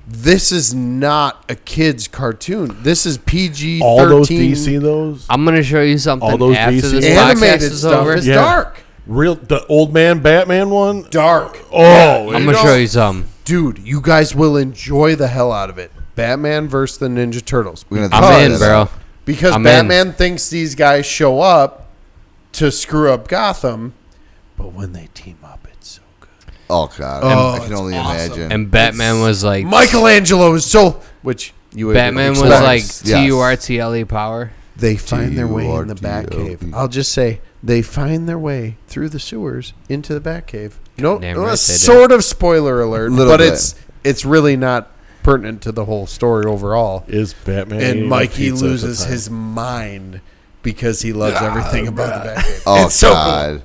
S3: "This is not a kids' cartoon. This is
S4: E
S3: PG
S1: All those
S3: thirteen
S1: DC those.
S2: I'm gonna show you something
S1: All those
S2: after
S1: DC
S2: this podcast
S3: animated
S2: is
S3: stuff.
S2: over.
S3: It's
S1: Yeah.
S3: dark,
S1: Real the old man Batman one.
S3: dark,
S1: Oh,
S2: I'm
S1: it-
S2: gonna
S3: know-
S2: show you something.
S3: dude. You guys will enjoy the hell out of it. Batman versus the Ninja Turtles.
S4: We're gonna have to
S3: Because-
S2: I'm
S4: check
S2: in,
S4: that out.
S2: bro.
S3: Because
S2: I'm in.
S3: Batman thinks these guys show up to screw up Gotham, but when they team up, it's so good.
S4: Oh god,
S3: Oh,
S4: I can
S3: it's
S4: only
S3: awesome.
S4: imagine.
S2: And Batman was like
S3: Michelangelo is so. Which you would
S2: Batman was
S3: expect.
S2: like
S4: Yes.
S2: T U R T L E power.
S3: They find their way in the
S4: T-U-R-T-O-P.
S3: Batcave. I'll just say they find their way through the sewers into the Batcave. No,
S2: Goddamn
S3: no,
S2: right they did.
S3: sort of spoiler alert,
S4: Little
S3: but
S4: bit.
S3: it's it's really not pertinent to the whole story overall.
S1: is Batman eating
S3: and
S1: a
S3: Mikey
S1: pizza at the
S3: loses
S1: time? Ah,
S3: his mind because he loves everything about the Batcave. [laughs]
S4: oh
S3: it's so cool.
S4: god.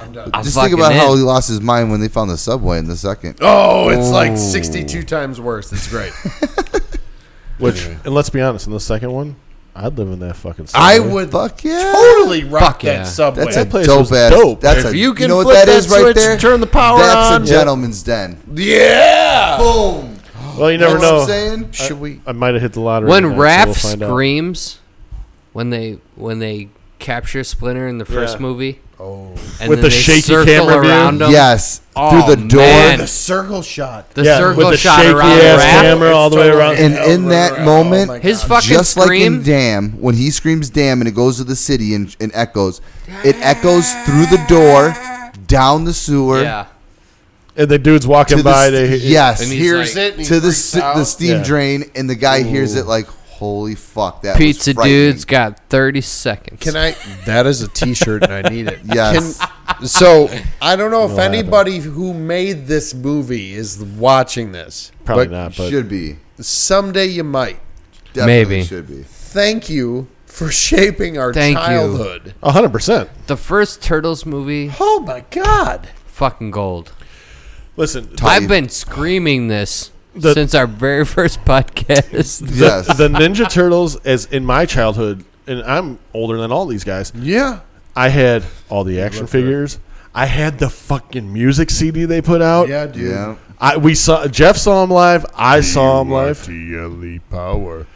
S2: I'm
S4: Just think
S2: fucking
S4: about how
S2: in.
S4: he lost his mind when they found the subway in the second.
S3: Oh, it's like 62 times worse. It's great.
S1: Which and let's be honest, in the second one, I'd live in that fucking.
S3: I
S1: subway.
S3: would
S4: Fuck yeah.
S3: totally rock
S2: Fuck
S3: that
S2: yeah.
S3: subway.
S1: That's
S4: That's a
S1: That place
S4: dope
S1: was
S4: ass.
S1: dope.
S4: That's
S3: If
S4: a,
S3: you can
S4: know what
S3: flip
S4: that
S3: that
S4: is right
S3: switch
S4: there.
S3: and turn the power
S4: That's
S3: on.
S4: a gentleman's den.
S3: yeah.
S4: Boom.
S1: Well, you never
S4: know what
S1: know.
S4: I'm saying?
S3: Should we?
S1: I might have hit the lottery.
S2: When
S1: tonight, so
S2: Raph
S1: we'll find out.
S2: screams, when they when they capture Splinter in the first
S1: Yeah.
S2: movie,
S3: Oh,
S2: and
S1: With the
S2: then they
S1: shaky
S2: circle
S1: camera view?
S2: around him,
S4: Yes,
S2: Oh,
S4: through the door.
S2: man.
S3: the circle shot.
S2: the
S1: Yeah,
S2: circle
S1: with the
S2: shot
S1: shaky
S2: around
S1: ass
S2: Raph,
S1: camera all the way
S3: It's
S1: around.
S3: totally-
S4: And in that
S3: Oh my
S4: moment,
S3: God.
S2: his fucking
S4: Just
S2: scream.
S4: like in Damn, when he screams Damn and it goes to the city and, and echoes, it echoes through the door, down the sewer.
S2: yeah,
S1: And the dude's
S4: To
S1: walking
S4: the
S1: by.
S4: st-
S1: They,
S4: yes,
S2: And he's
S3: hears
S2: like-
S3: it and he
S4: to the
S3: freaks
S4: s- the
S3: out.
S4: steam
S1: Yeah.
S4: drain, and the guy hears it like, "Holy fuck, that was
S2: pizza
S4: frightening."
S2: dude's got thirty seconds.
S3: Can I? That is a T-shirt, and I need it.
S4: Yes.
S3: Can, so I don't know if
S1: It'll happen.
S3: anybody who made this movie is watching this.
S1: Probably
S3: but
S1: not. But
S4: should be
S3: Someday you might.
S4: definitely
S2: Maybe.
S4: should be.
S3: Thank you for [laughs] shaping our
S2: Thank you.
S3: childhood.
S1: hundred percent.
S2: the first Turtles movie,
S3: Oh my god!
S2: fucking gold.
S1: Listen,
S2: I've been screaming this
S1: The-
S2: since our very [laughs] first podcast.
S1: the,
S4: Yes,
S1: the Ninja Turtles, as in my childhood, and I'm older than all these guys.
S3: Yeah,
S1: I had all the action figures. I had the fucking music CD they put out.
S3: yeah, dude.
S4: yeah.
S1: I we saw Jeff saw him live. I saw him live.
S3: TLE power.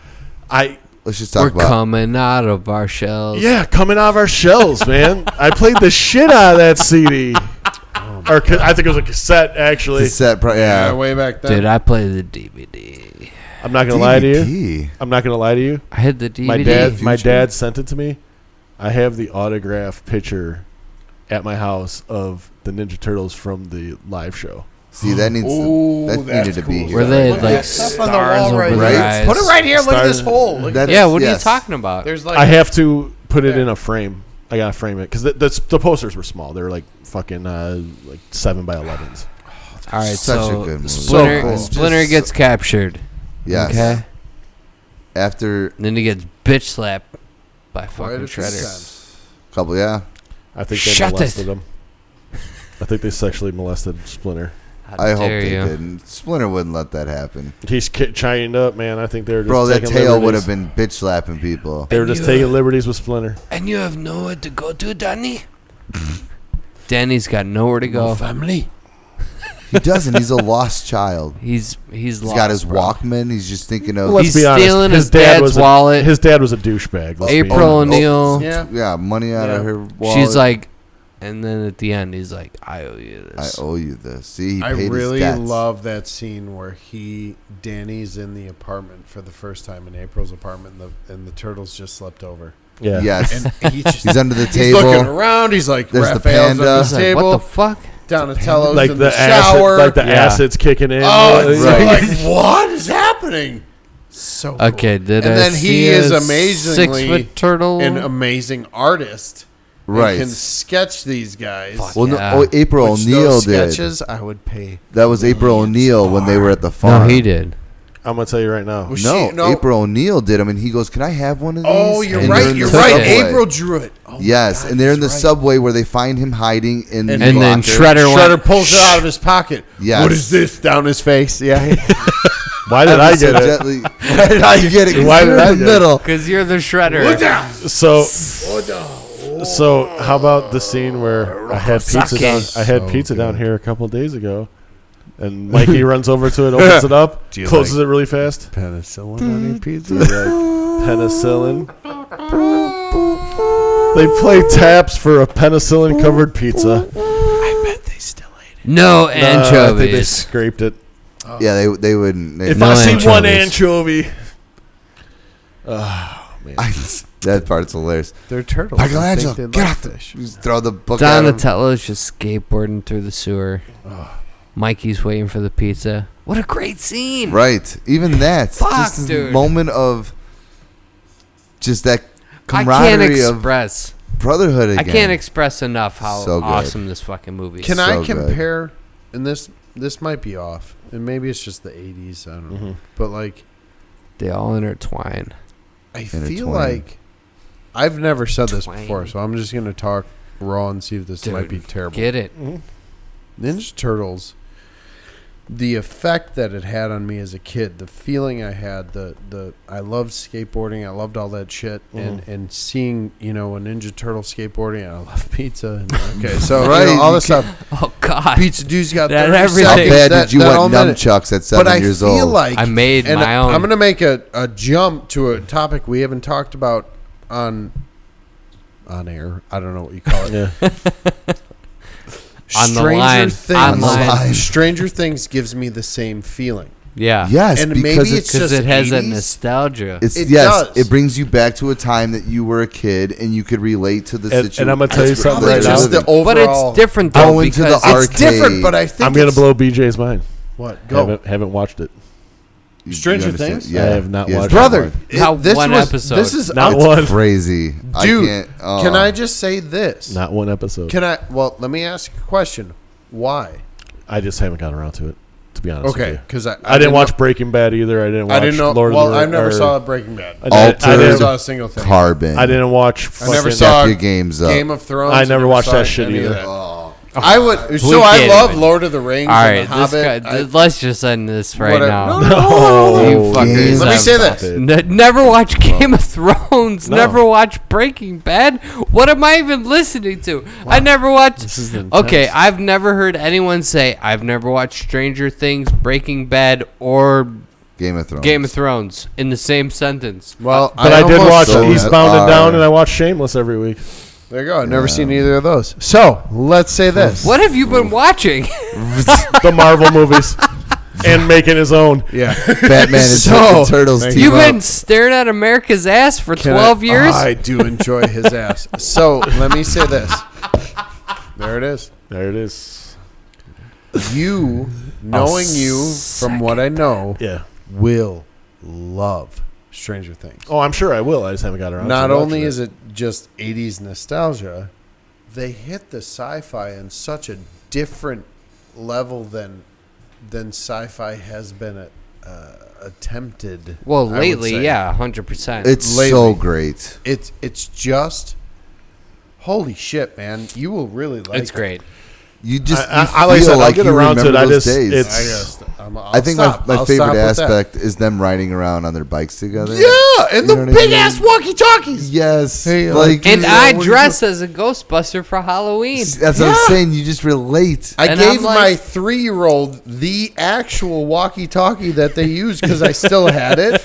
S1: I
S4: Let's just talk
S2: We're
S4: about.
S2: coming out of our shells.
S1: yeah, coming out of our shells, man. I played the shit out of that
S4: [laughs]
S1: CD. or ca- I think it was a cassette. Actually,
S4: Oh Cassette, pro-
S3: Yeah,
S4: yeah.
S3: way back then.
S2: Dude, I played the DVD.
S1: I'm not gonna lie to you.
S4: DVD.
S1: I'm not gonna lie to you.
S2: I had the DVD.
S1: My dad, my
S4: Future.
S1: dad sent it to me. I have the autograph picture at my house of the Ninja Turtles from the live show.
S4: See, that needs to-
S3: Ooh,
S4: that
S3: that's
S4: needed to
S3: cool.
S4: be here.
S2: Were they
S3: Look at
S2: like
S3: that stuff on the
S2: stars
S3: wall
S2: over
S3: right
S2: their
S4: there.
S2: eyes?
S3: Put it right here. Look at this
S1: Stars-
S3: hole. Look at
S4: That's-
S2: Oh, Yeah, what are you
S4: yes.
S2: talking about?
S3: There's like
S1: I have to put it in a frame. I gotta frame it because the, the the posters were small. They were like fucking uh, like seven by elevens.
S2: All right,
S4: Such a
S2: so
S4: good movie.
S2: Splinter,
S1: So cool.
S2: Splinter
S3: Just-
S2: gets captured.
S4: Yes.
S2: Okay.
S4: After
S2: Then he gets bitch slapped by
S3: Quite
S2: fucking
S3: a
S2: Shredder.
S3: success.
S4: couple, yeah.
S1: I think they
S2: Shut
S1: molested
S2: it.
S1: him. I think they sexually molested Splinter.
S2: How
S4: I hope
S2: dare
S4: they
S2: you.
S4: didn't. Splinter wouldn't let that happen.
S1: He's ki- chained up, man. I think they were just
S4: Bro, that
S1: taking
S4: tail
S1: liberties.
S4: would have been bitch slapping
S3: [laughs]
S4: people.
S1: They were just
S2: Yeah.
S1: taking liberties with Splinter.
S2: And you have nowhere to go to, Danny? [laughs] Danny's got nowhere to go.
S3: family.
S4: He doesn't. He's a lost child.
S2: He's he's
S4: He's
S2: lost.
S4: got his
S2: bro.
S4: Walkman. He's just thinking of
S1: Let's
S2: He's
S1: be honest.
S2: stealing his,
S1: his dad
S2: dad's
S1: was a-
S2: wallet.
S1: His dad was a douchebag. let's be
S2: April
S1: honest.
S2: O'Neil.
S3: Yeah.
S4: yeah money out of
S3: Yeah.
S4: her wallet.
S2: She's like, and then at the end, he's like, I owe you
S4: I
S2: this.
S4: owe you this. See, he
S3: I
S4: paid
S3: really
S4: his debts.
S3: love that scene where he Danny's in the apartment for the first time in April's apartment, and the, and the turtles just slept over.
S1: Yeah.
S4: Yes, [laughs]
S3: And he just,
S4: he's under the
S3: he's looking
S4: table.
S3: around. He's like
S4: There's the
S3: Raphael's
S4: panda.
S3: on
S2: He's
S3: the
S2: like,
S3: table.
S2: what the fuck?
S3: Donatello's
S1: Like
S3: in
S1: the,
S3: the,
S1: acid,
S3: shower.
S1: like the
S2: Yeah.
S1: acids kicking in.
S3: oh, it's
S1: Like,
S4: Right.
S3: like what is happening? So cool.
S2: Okay, did
S3: and
S2: I
S3: then
S2: see
S3: he is
S2: a
S3: amazingly
S2: six foot turtle?
S3: an amazing artist. and
S4: Right.
S3: can sketch these guys.
S2: Fuck.
S4: Well, no,
S2: Yeah.
S4: oh, April
S3: Which
S4: O'Neil
S3: those
S4: did.
S3: sketches I would pay.
S4: That was April O'Neil when they were at the
S2: no,
S4: farm.
S2: he did.
S1: I'm gonna tell you right now.
S3: Was
S4: No,
S3: she- no.
S4: April O'Neil did them, and he goes, "Can I have one of these?"
S3: Oh, you're
S4: And they're
S3: right.
S4: in
S3: You're
S4: the
S3: right.
S4: subway.
S3: April drew it. Oh my
S4: Yes,
S3: God,
S4: and they're in the
S3: he's right.
S4: subway where they find him hiding in
S3: And-
S4: the
S2: And then
S3: [laughs]
S4: locker.
S2: Shredder,
S3: Shredder
S2: went,
S3: pulls it out of his pocket.
S4: Yes.
S3: What is this down his face? Yeah.
S1: Why did I get it?
S4: Gently, why did [laughs] I get it? 'Cause
S1: Why
S4: you're
S1: did I
S4: in the
S1: get it?
S4: middle?
S2: Because you're the Shredder.
S3: down.
S1: So, so how about the scene where I had pizza
S2: Sake.
S1: down? I had
S3: So
S1: pizza down
S3: good.
S1: here a couple days ago, and
S3: [laughs]
S1: Mikey runs over to it, opens it up,
S3: Do you
S1: closes
S3: like-
S1: it really fast.
S3: Penicillin on your pizza.
S4: [laughs]
S1: Penicillin. They play taps for a penicillin covered pizza.
S3: I bet they still ate
S1: Uh,
S2: No
S1: I think they
S2: anchovies.
S1: scraped it.
S2: Oh.
S4: Yeah, they they wouldn't. They,
S1: If
S2: No
S1: I see one
S2: anchovies.
S1: anchovy,
S4: [laughs] that part's hilarious.
S3: it. They're turtles.
S4: Michelangelo, get off the Just throw the book at him.
S2: Donatello's just skateboarding through the sewer. Mikey's waiting for the pizza. What a great scene!
S4: Right. Even that.
S2: Fuck,
S4: just this
S2: dude.
S4: moment of just that
S2: I can't
S4: camaraderie of
S2: express.
S4: brotherhood again.
S2: I can't express enough how
S4: So good.
S2: awesome this fucking movie is.
S3: Can
S4: So
S3: I
S4: good.
S3: compare? And this this might be off, and maybe it's just the '80s. I don't know.
S1: Mm-hmm.
S3: But like,
S2: They all intertwine.
S3: I
S4: Intertwined.
S3: feel like I've never said this before,
S2: Twined.
S3: so I'm just gonna talk raw and see if this might be
S2: Dude,
S3: terrible.
S2: Get it?
S1: Mm-hmm.
S3: Ninja Turtles, the effect that it had on me as a kid, the feeling I had, the the I loved skateboarding, I loved all that shit,
S2: Mm-hmm.
S3: and and seeing you know a Ninja Turtle skateboarding, I love [laughs] pizza.
S2: [laughs]
S3: And, okay, so you know,
S4: Right,
S3: all
S4: you
S3: this stuff.
S2: Oh God!
S3: Pizza dude's got
S2: That
S3: 30
S2: everything.
S4: How
S3: seconds,
S4: bad
S3: that-
S4: did you
S3: that all
S4: want
S3: minute.
S4: nunchucks at
S3: But
S4: seven
S3: I
S4: years
S3: feel
S4: old?
S3: like
S2: I made
S3: and
S2: my own.
S3: I'm gonna make a, a jump to a topic we haven't talked about on on air. I don't know what you call it.
S1: yeah.
S2: [laughs] On the line.
S3: Things,
S2: On
S4: the line.
S3: Stranger Things gives me the same feeling.
S2: yeah.
S4: yes,
S3: and
S4: because
S3: maybe
S4: it's,
S3: it's
S2: Because
S3: just
S2: it has that
S3: 80s?
S2: nostalgia.
S4: it's
S3: it
S4: yes,
S3: does.
S4: it brings you back to a time that you were a kid and you could relate to the
S1: And- and
S4: situation.
S1: I'm gonna tell you something
S3: Probably
S1: right now.
S3: just the overall.
S2: but it's different though
S4: Going to the
S2: because
S4: arc-
S3: It's different, but I think
S1: I'm gonna
S3: it's-
S1: blow BJ's mind.
S3: What? Go,
S1: Haven't, haven't watched it.
S4: You- you
S3: Stranger
S4: understand?
S3: Things?
S4: Yeah,
S1: I have not
S4: Yes,
S1: watched
S3: brother.
S4: Howard.
S3: it-
S2: Not
S3: this
S2: one
S3: was-
S2: episode.
S3: This is
S1: Not
S3: it's-
S1: one. Uh,
S4: Crazy, I
S3: dude.
S4: can't- oh.
S3: Can I just say this?
S1: Not one episode.
S3: Can I? Well, let me ask you a question. Why?
S1: I just haven't gotten around to it. To be honest. With
S3: Okay,
S1: you.
S3: because I,
S1: I, didn't watch Breaking Bad either. I didn't
S3: Know,
S1: watch
S3: I didn't know.
S1: Lord of
S3: well,
S1: the
S3: I
S1: Ri-
S3: never
S1: or-
S3: saw Breaking Bad.
S1: I,
S4: Altered-
S1: didn't- I
S3: I never
S1: didn't,
S3: saw a single thing.
S4: Carbon?
S1: I didn't watch.
S3: I never
S1: fucking-
S3: saw
S4: Check your games up.
S3: Game of Thrones.
S1: I never watched
S3: saw
S1: that shit
S3: any of
S1: either.
S3: that. Oh. I would. So
S2: Blue
S3: I
S2: Kid.
S3: love Lord of the Rings.
S2: All right,
S3: and the
S2: this guy,
S3: Hobbit.
S2: th- let's just end this right
S3: Whatever.
S2: now.
S3: No, no, no,
S1: Oh,
S2: You fuckers
S4: Let
S3: me
S2: have-
S3: say this.
S1: Stop it.
S2: N- never watch Game of Thrones.
S1: No.
S2: Never watch Breaking Bad. What am I even listening to? I never watched.
S1: This is intense.
S2: okay, I've never heard anyone say I've never watched Stranger Things, Breaking Bad, or
S4: Game of Thrones.
S2: Game of Thrones in the same sentence.
S3: Well,
S1: But I, did
S3: almost-
S1: watch
S4: So
S1: Eastbound and
S4: are-
S1: Down, and I watched Shameless every week.
S3: There you go. I've never seen either of those. So let's say this.
S2: What have you been watching?
S1: The
S3: [laughs]
S1: Marvel movies, and making his own.
S3: Yeah.
S4: Batman and
S3: So-
S4: Turtles
S3: Thank
S4: team
S2: You've
S4: up.
S2: been staring at America's ass for
S3: Can I-
S2: 12 years.
S3: I do enjoy his ass. So let me say this. There it is.
S1: There it is.
S3: You, knowing you from what I know,
S1: Yeah.
S3: will love Stranger Things.
S1: Oh, I'm sure I will. I just haven't got around.
S3: Not
S1: to
S3: only
S1: watching
S3: is it just 80s nostalgia, they hit the sci-fi in such a different level than than sci-fi has been uh, uh, attempted. I
S2: Well,
S3: would
S2: lately,
S3: say.
S2: yeah, hundred percent.
S4: It's
S3: Lately.
S4: so great.
S3: It's it's just holy shit, man. You will really like
S2: it's great.
S4: You just
S1: I-
S4: you
S1: I- I like I said,
S4: feel
S1: I'll
S4: like
S1: get
S4: you
S1: around to
S4: remember
S1: it. I
S4: those
S1: just-
S4: days.
S3: I
S1: it's-
S3: guess I'm, I'll
S4: I think
S3: stop.
S4: my, my
S3: I'll stop
S4: favorite
S3: with that.
S4: aspect is them riding around on their bikes together.
S3: Yeah, and
S4: You know
S3: the
S4: what I
S3: big
S4: mean?
S3: ass walkie talkies.
S4: Yes.
S3: Hey, uh,
S4: like
S2: And
S3: Yeah,
S2: I
S3: what do you-
S2: dress as a Ghostbuster for Halloween.
S4: that's what
S3: Yeah.
S4: I'm saying. You just relate.
S3: I
S2: And
S3: gave
S2: I'm like-
S3: my three year old the actual walkie talkie that they used because I still
S2: [laughs]
S3: had it.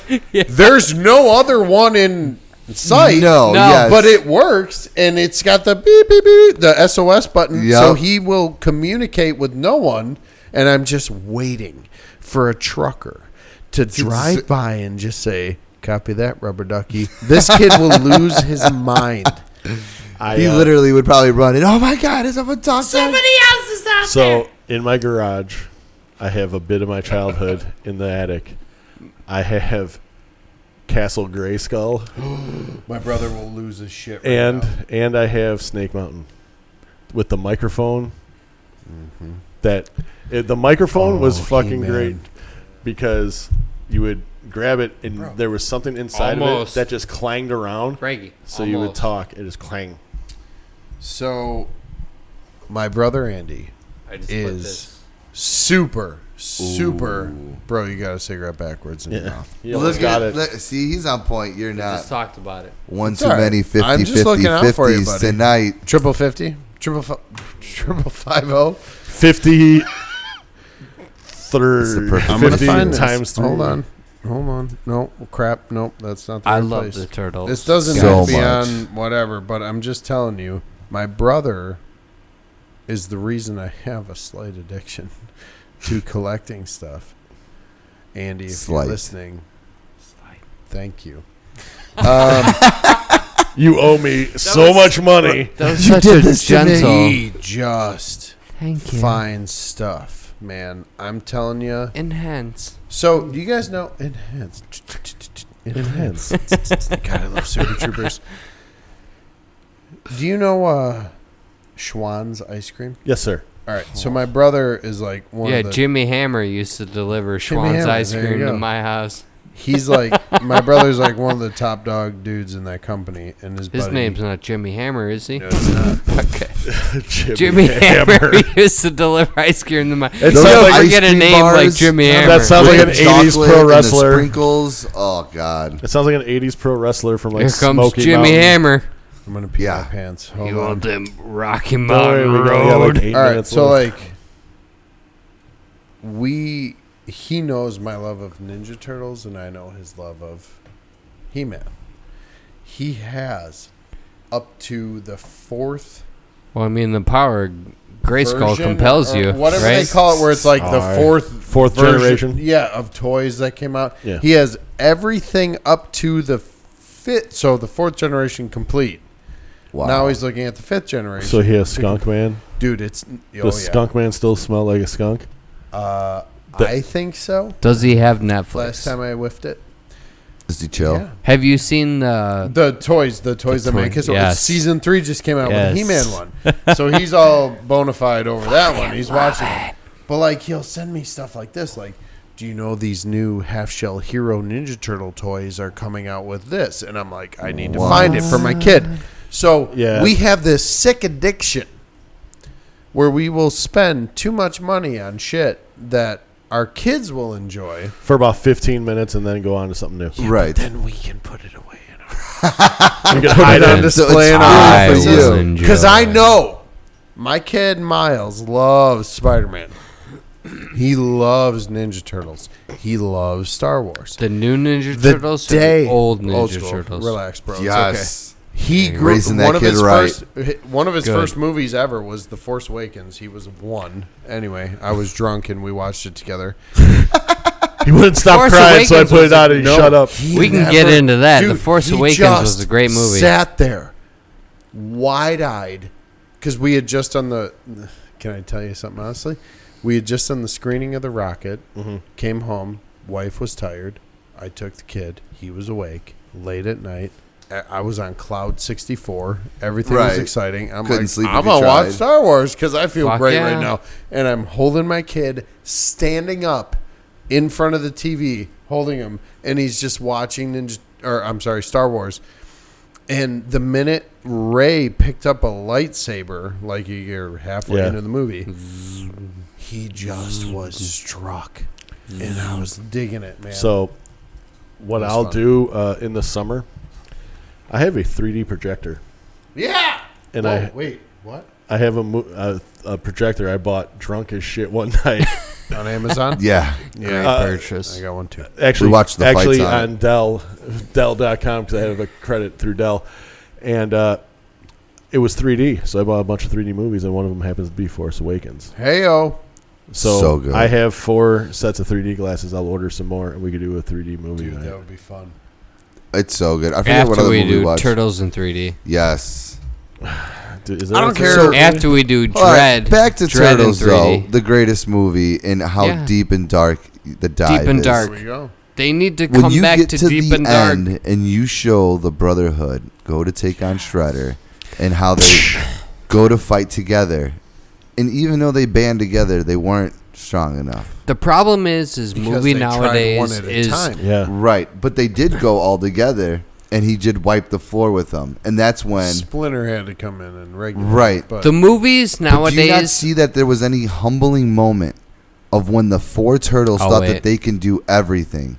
S3: There's no other one in sight.
S4: No,
S2: No,
S4: yes.
S3: But it works, and it's got the beep beep beep, the SOS button,
S4: Yep.
S3: so he will communicate with no one. And I'm just waiting for a trucker to drive by and just say, "Copy that, rubber ducky." This kid will lose his mind.
S1: it. I,
S4: he
S1: uh,
S4: literally would probably run it. Oh my god, is someone talking?
S1: So in my garage, I have a bit of my childhood in the attic. I have Castle Grayskull
S3: Oh, My brother will lose his shit. Right
S1: and
S3: now.
S1: and I have Snake Mountain with the microphone. That it, the microphone was
S3: Mm-hmm. Oh,
S1: fucking
S3: He-Man.
S1: great because you would grab it and
S3: Bro.
S1: there was something inside of
S2: Almost.
S1: it that just clanged around.
S2: Craigie.
S1: So you would
S2: almost.
S1: talk, it just clang.
S3: So, my brother Andy,
S2: I just
S3: is- super, super. Bro, you got a cigarette backwards in your mouth.
S1: You almost
S4: Look
S1: got
S4: at
S1: it.
S4: look- see, he's on point. You're
S2: I just
S4: not
S2: talked about it.
S4: one
S3: It's
S4: too
S3: all right.
S4: many 50
S3: I'm
S4: 50
S3: just looking out for you,
S4: 50s
S3: buddy.
S4: tonight.
S3: Triple fifty, triple fi- [laughs] triple five oh? zero.
S1: Fifty
S4: It's the
S1: third
S4: perfect- I'm
S3: I'm gonna
S1: 50
S3: find this.
S1: times three.
S3: Hold on, hold on. No crap. Nope, that's not. The
S2: I
S3: right
S2: love
S3: place.
S2: the turtles.
S3: This doesn't
S4: So
S3: have to be
S4: much.
S3: on whatever, but I'm just telling you, my brother is the reason I have a slight addiction [laughs] to collecting stuff. Andy, if
S4: Slight.
S3: you're listening, thank
S4: [laughs]
S3: you. Um,
S1: You owe me so
S2: was-
S1: much money.
S2: Those
S4: You
S2: such
S4: did
S2: a
S4: this to me.
S2: gentle.
S3: He just
S2: Thank you.
S3: finds stuff, man. I'm telling you.
S2: Enhance.
S3: So, do you guys know Enhance?
S2: [laughs]
S3: Enhance. God, I love Super Troopers. Do you know uh, Schwann's ice cream?
S1: Yes, [laughs] sir.
S3: All right. So my brother is like one.
S2: Yeah,
S3: of the,
S2: Jimmy Hammer used to deliver Schwann's
S3: Hammer,
S2: ice
S3: there you
S2: cream to
S3: go.
S2: my house.
S3: He's like my brother's like one of the top dog dudes in that company, and his
S2: His
S3: buddy,
S2: name's not Jimmy Hammer, is he?
S3: No, it's not.
S2: [laughs] Okay.
S1: [laughs]
S2: Jimmy Hammer, [laughs] used to deliver ice cream to my.
S1: It
S2: you
S1: sounds
S2: don't
S1: like
S2: forget a
S4: ice cream
S2: name like
S4: bars.
S2: Jimmy
S4: That
S2: Hammer.
S1: sounds like an
S4: With
S1: 80s
S4: chocolate
S1: pro
S4: and the
S1: wrestler.
S4: sprinkles. Oh god.
S1: It sounds like an '80s pro wrestler from like
S2: Here comes
S1: Smoky
S2: Jimmy
S1: Mountain.
S2: Hammer.
S3: I'm gonna pee
S4: Yeah.
S3: my pants. Hold
S2: You
S3: on.
S2: want them Rocky
S1: Don't worry,
S2: Mountain
S1: we got- we got,
S2: Road?
S1: like, eight
S3: All right.
S1: minutes
S3: So
S1: left.
S3: like, we he knows my love of Ninja Turtles, and I know his love of He Man. He has up to the fourth
S2: Well, I mean, the power Grayskull
S3: version
S2: compels
S3: or
S2: you,
S3: Whatever
S2: right?
S3: they call it, where it's like the
S1: Alright.
S3: fourth,
S1: Fourth
S3: version-
S1: generation.
S3: yeah, of toys that came out.
S1: Yeah.
S3: He has everything up to the fifth, so the fourth generation complete.
S4: Wow.
S3: Now he's looking at the fifth generation.
S1: so he has Skunk Man.
S3: dude, it's oh yeah.
S1: Does Skunk Man still smell like a skunk?
S3: Uh,
S1: The-
S3: I think so.
S2: Does he have
S3: Last
S2: Netflix?
S3: time I whiffed it,
S4: Is he chill?
S3: yeah.
S2: have you seen the?
S3: The toys, the toys
S2: The
S3: that make
S2: toy-
S3: his
S2: yes.
S3: season three just came out
S2: Yes.
S3: with the He-Man one, so he's all bona fide over that one. He's watching it, but like he'll send me stuff like this, like. Do you know these new half shell hero Ninja Turtle toys are coming out with this? And I'm like, I need to
S4: Wow.
S3: find it for my kid. So
S1: Yeah.
S3: we have this sick addiction where we will spend too much money on shit that our kids will enjoy.
S1: For about 15 minutes and then go on to something [laughs] new.
S4: Right.
S3: Then we can put it away in our
S1: You can
S3: I
S1: hide
S3: don't
S1: it.
S3: display in our
S4: it's I will
S3: offices
S2: enjoy.
S3: because I know my kid Miles loves Spider Man. He loves Ninja Turtles. He loves Star Wars.
S2: The new Ninja
S3: The
S2: Turtles, or
S3: day
S2: the old Ninja
S3: school.
S2: Turtles.
S3: Relax, bro. It's
S4: Yes.
S3: okay. He
S2: You're
S3: grew
S4: raising that
S3: one of
S4: kid
S3: his
S4: right.
S3: first one of his
S2: Good.
S3: first movies ever was The Force Awakens. He was one. Anyway, I was drunk and we watched it together.
S1: He wouldn't stop
S2: Force
S1: crying, so I
S2: Awakens
S1: put
S2: was
S1: it out and he
S3: No,
S1: shut up.
S3: he
S2: We can get into that. The Force
S3: he
S2: Awakens
S3: just
S2: was a great movie.
S3: Sat there, wide-eyed, because we had just done the. Can I tell you something
S4: Mm-hmm.
S3: honestly? We had just done the screening of the Rocket. Came home. Wife was tired. I took the kid. He was awake late at night. I- I was on cloud sixty four. Everything was
S4: Right.
S3: exciting. I'm
S4: Couldn't
S3: like,
S4: sleep if
S3: I'm
S4: you
S3: gonna
S4: tried."
S3: watch Star Wars because I feel
S2: Fuck
S3: great
S2: yeah.
S3: right now. And I'm holding my kid, standing up in front of the TV, holding him, and he's just watching Ninja, or I'm sorry, Star Wars. And the minute Ray picked up a lightsaber, like you're halfway
S1: Yeah.
S3: into the movie, he just was struck. And I was digging it, man.
S1: So, what
S3: That's
S1: I'll
S3: fun.
S1: do uh, in the summer, I have a 3D projector,
S3: yeah.
S1: and
S3: Whoa,
S1: I
S2: Oh.
S3: wait, what?
S1: I have a, mo- a a projector I bought drunk as shit one [laughs] night. [laughs]
S3: On Amazon?
S4: Yeah.
S3: yeah.
S1: Uh,
S3: I
S4: Purchase.
S3: got one too.
S1: actually
S4: We watched the fights
S1: actually
S4: on it.
S1: on Dell [laughs] Dell.com because I have a credit through Dell, and uh, it was 3D. So I bought a bunch of 3D movies, and one of them happens to be Force Awakens.
S3: Heyo.
S1: So,
S4: So good.
S1: I have four sets of 3D glasses. I'll order some more, and we could do a 3D movie.
S3: Dude,
S1: night.
S3: that would be fun.
S4: It's so good. I forget what
S2: After
S4: other
S2: we
S4: movie we
S2: do
S4: watched.
S2: Turtles in 3D.
S4: Yes.
S1: D- is that
S3: I don't
S1: okay?
S3: care.
S1: So-
S2: After we do
S4: All right,
S2: Dread.
S4: back to
S2: Dread in
S4: Turtles, though.
S2: 3D.
S4: The greatest movie and how
S2: Yeah.
S4: deep and dark the dive
S2: Deep and
S4: is.
S2: dark.
S3: There we go.
S2: They need to
S4: When
S2: come
S4: you
S2: back
S4: get
S2: to,
S4: to,
S2: Deep
S4: the
S2: and Dark.
S4: end and you show the Brotherhood go to take on Shredder and how they
S2: [coughs]
S4: go to fight together, and even though they band together, they weren't strong enough.
S2: [laughs] The problem is, is
S3: Because
S2: movie
S3: they tried one
S2: nowadays
S3: at a
S2: is
S3: time.
S1: Yeah.
S4: Right, but they did go all together, and he did wipe the floor with them, and that's when.
S3: Splinter had to come in and regulate.
S4: Right.
S3: But
S2: the movies
S4: But do you not
S2: nowadays.
S4: see that there was any humbling moment of when the four turtles
S2: Oh,
S4: thought
S2: wait.
S4: that they can do everything